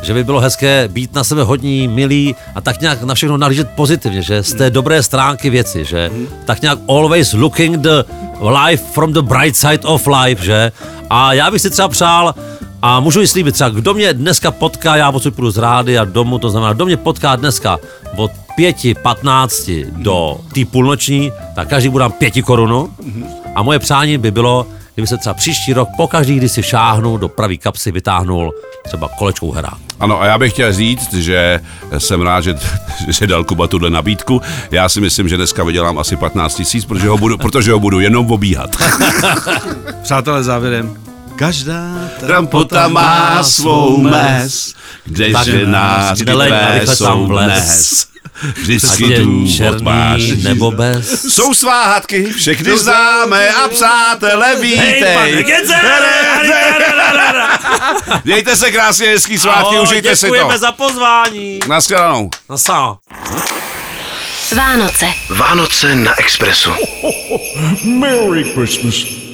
S4: že by bylo hezké být na sebe hodní, milý a tak nějak na všechno nahlížet pozitivně, že z té dobré stránky věci, že tak nějak always looking the life from the bright side of life, že a já bych si třeba přál a můžu i slíbit třeba, kdo mě dneska potká, já odsud půjdu z rády a domů, to znamená, kdo mě potká dneska od 5.15 do té půlnoční, tak každý bude dám 5 korunu a moje přání by bylo, kdyby se třeba příští rok pokaždý, když si šáhnu do pravý kapsy, vytáhnul třeba kolečkou hra.
S5: Ano, a já bych chtěl říct, že jsem rád, že, *laughs* že dal Kuba tuhle nabídku. Já si myslím, že dneska vydělám asi 15 tisíc, protože ho budu, protože ho budu jenom obíhat. *laughs*
S3: Přátelé, závěrem. Každá
S5: Trampota má svou mes, kdeže nás
S4: kde leď a
S5: dve
S4: eh, rychle tam
S5: jsou
S4: vles.
S5: dnes.
S4: Ať
S5: Vždycky
S4: je
S5: důvod máš.
S4: černý nebo bez.
S5: Jsou sváhatky, všechny známe a přátelé vítej. Mějte se krásně, hezký svátky, užijte si to.
S4: Děkujeme za pozvání.
S5: Naschledanou.
S4: Nasa.
S2: Vánoce.
S1: Vánoce na Expressu.
S6: Merry Christmas.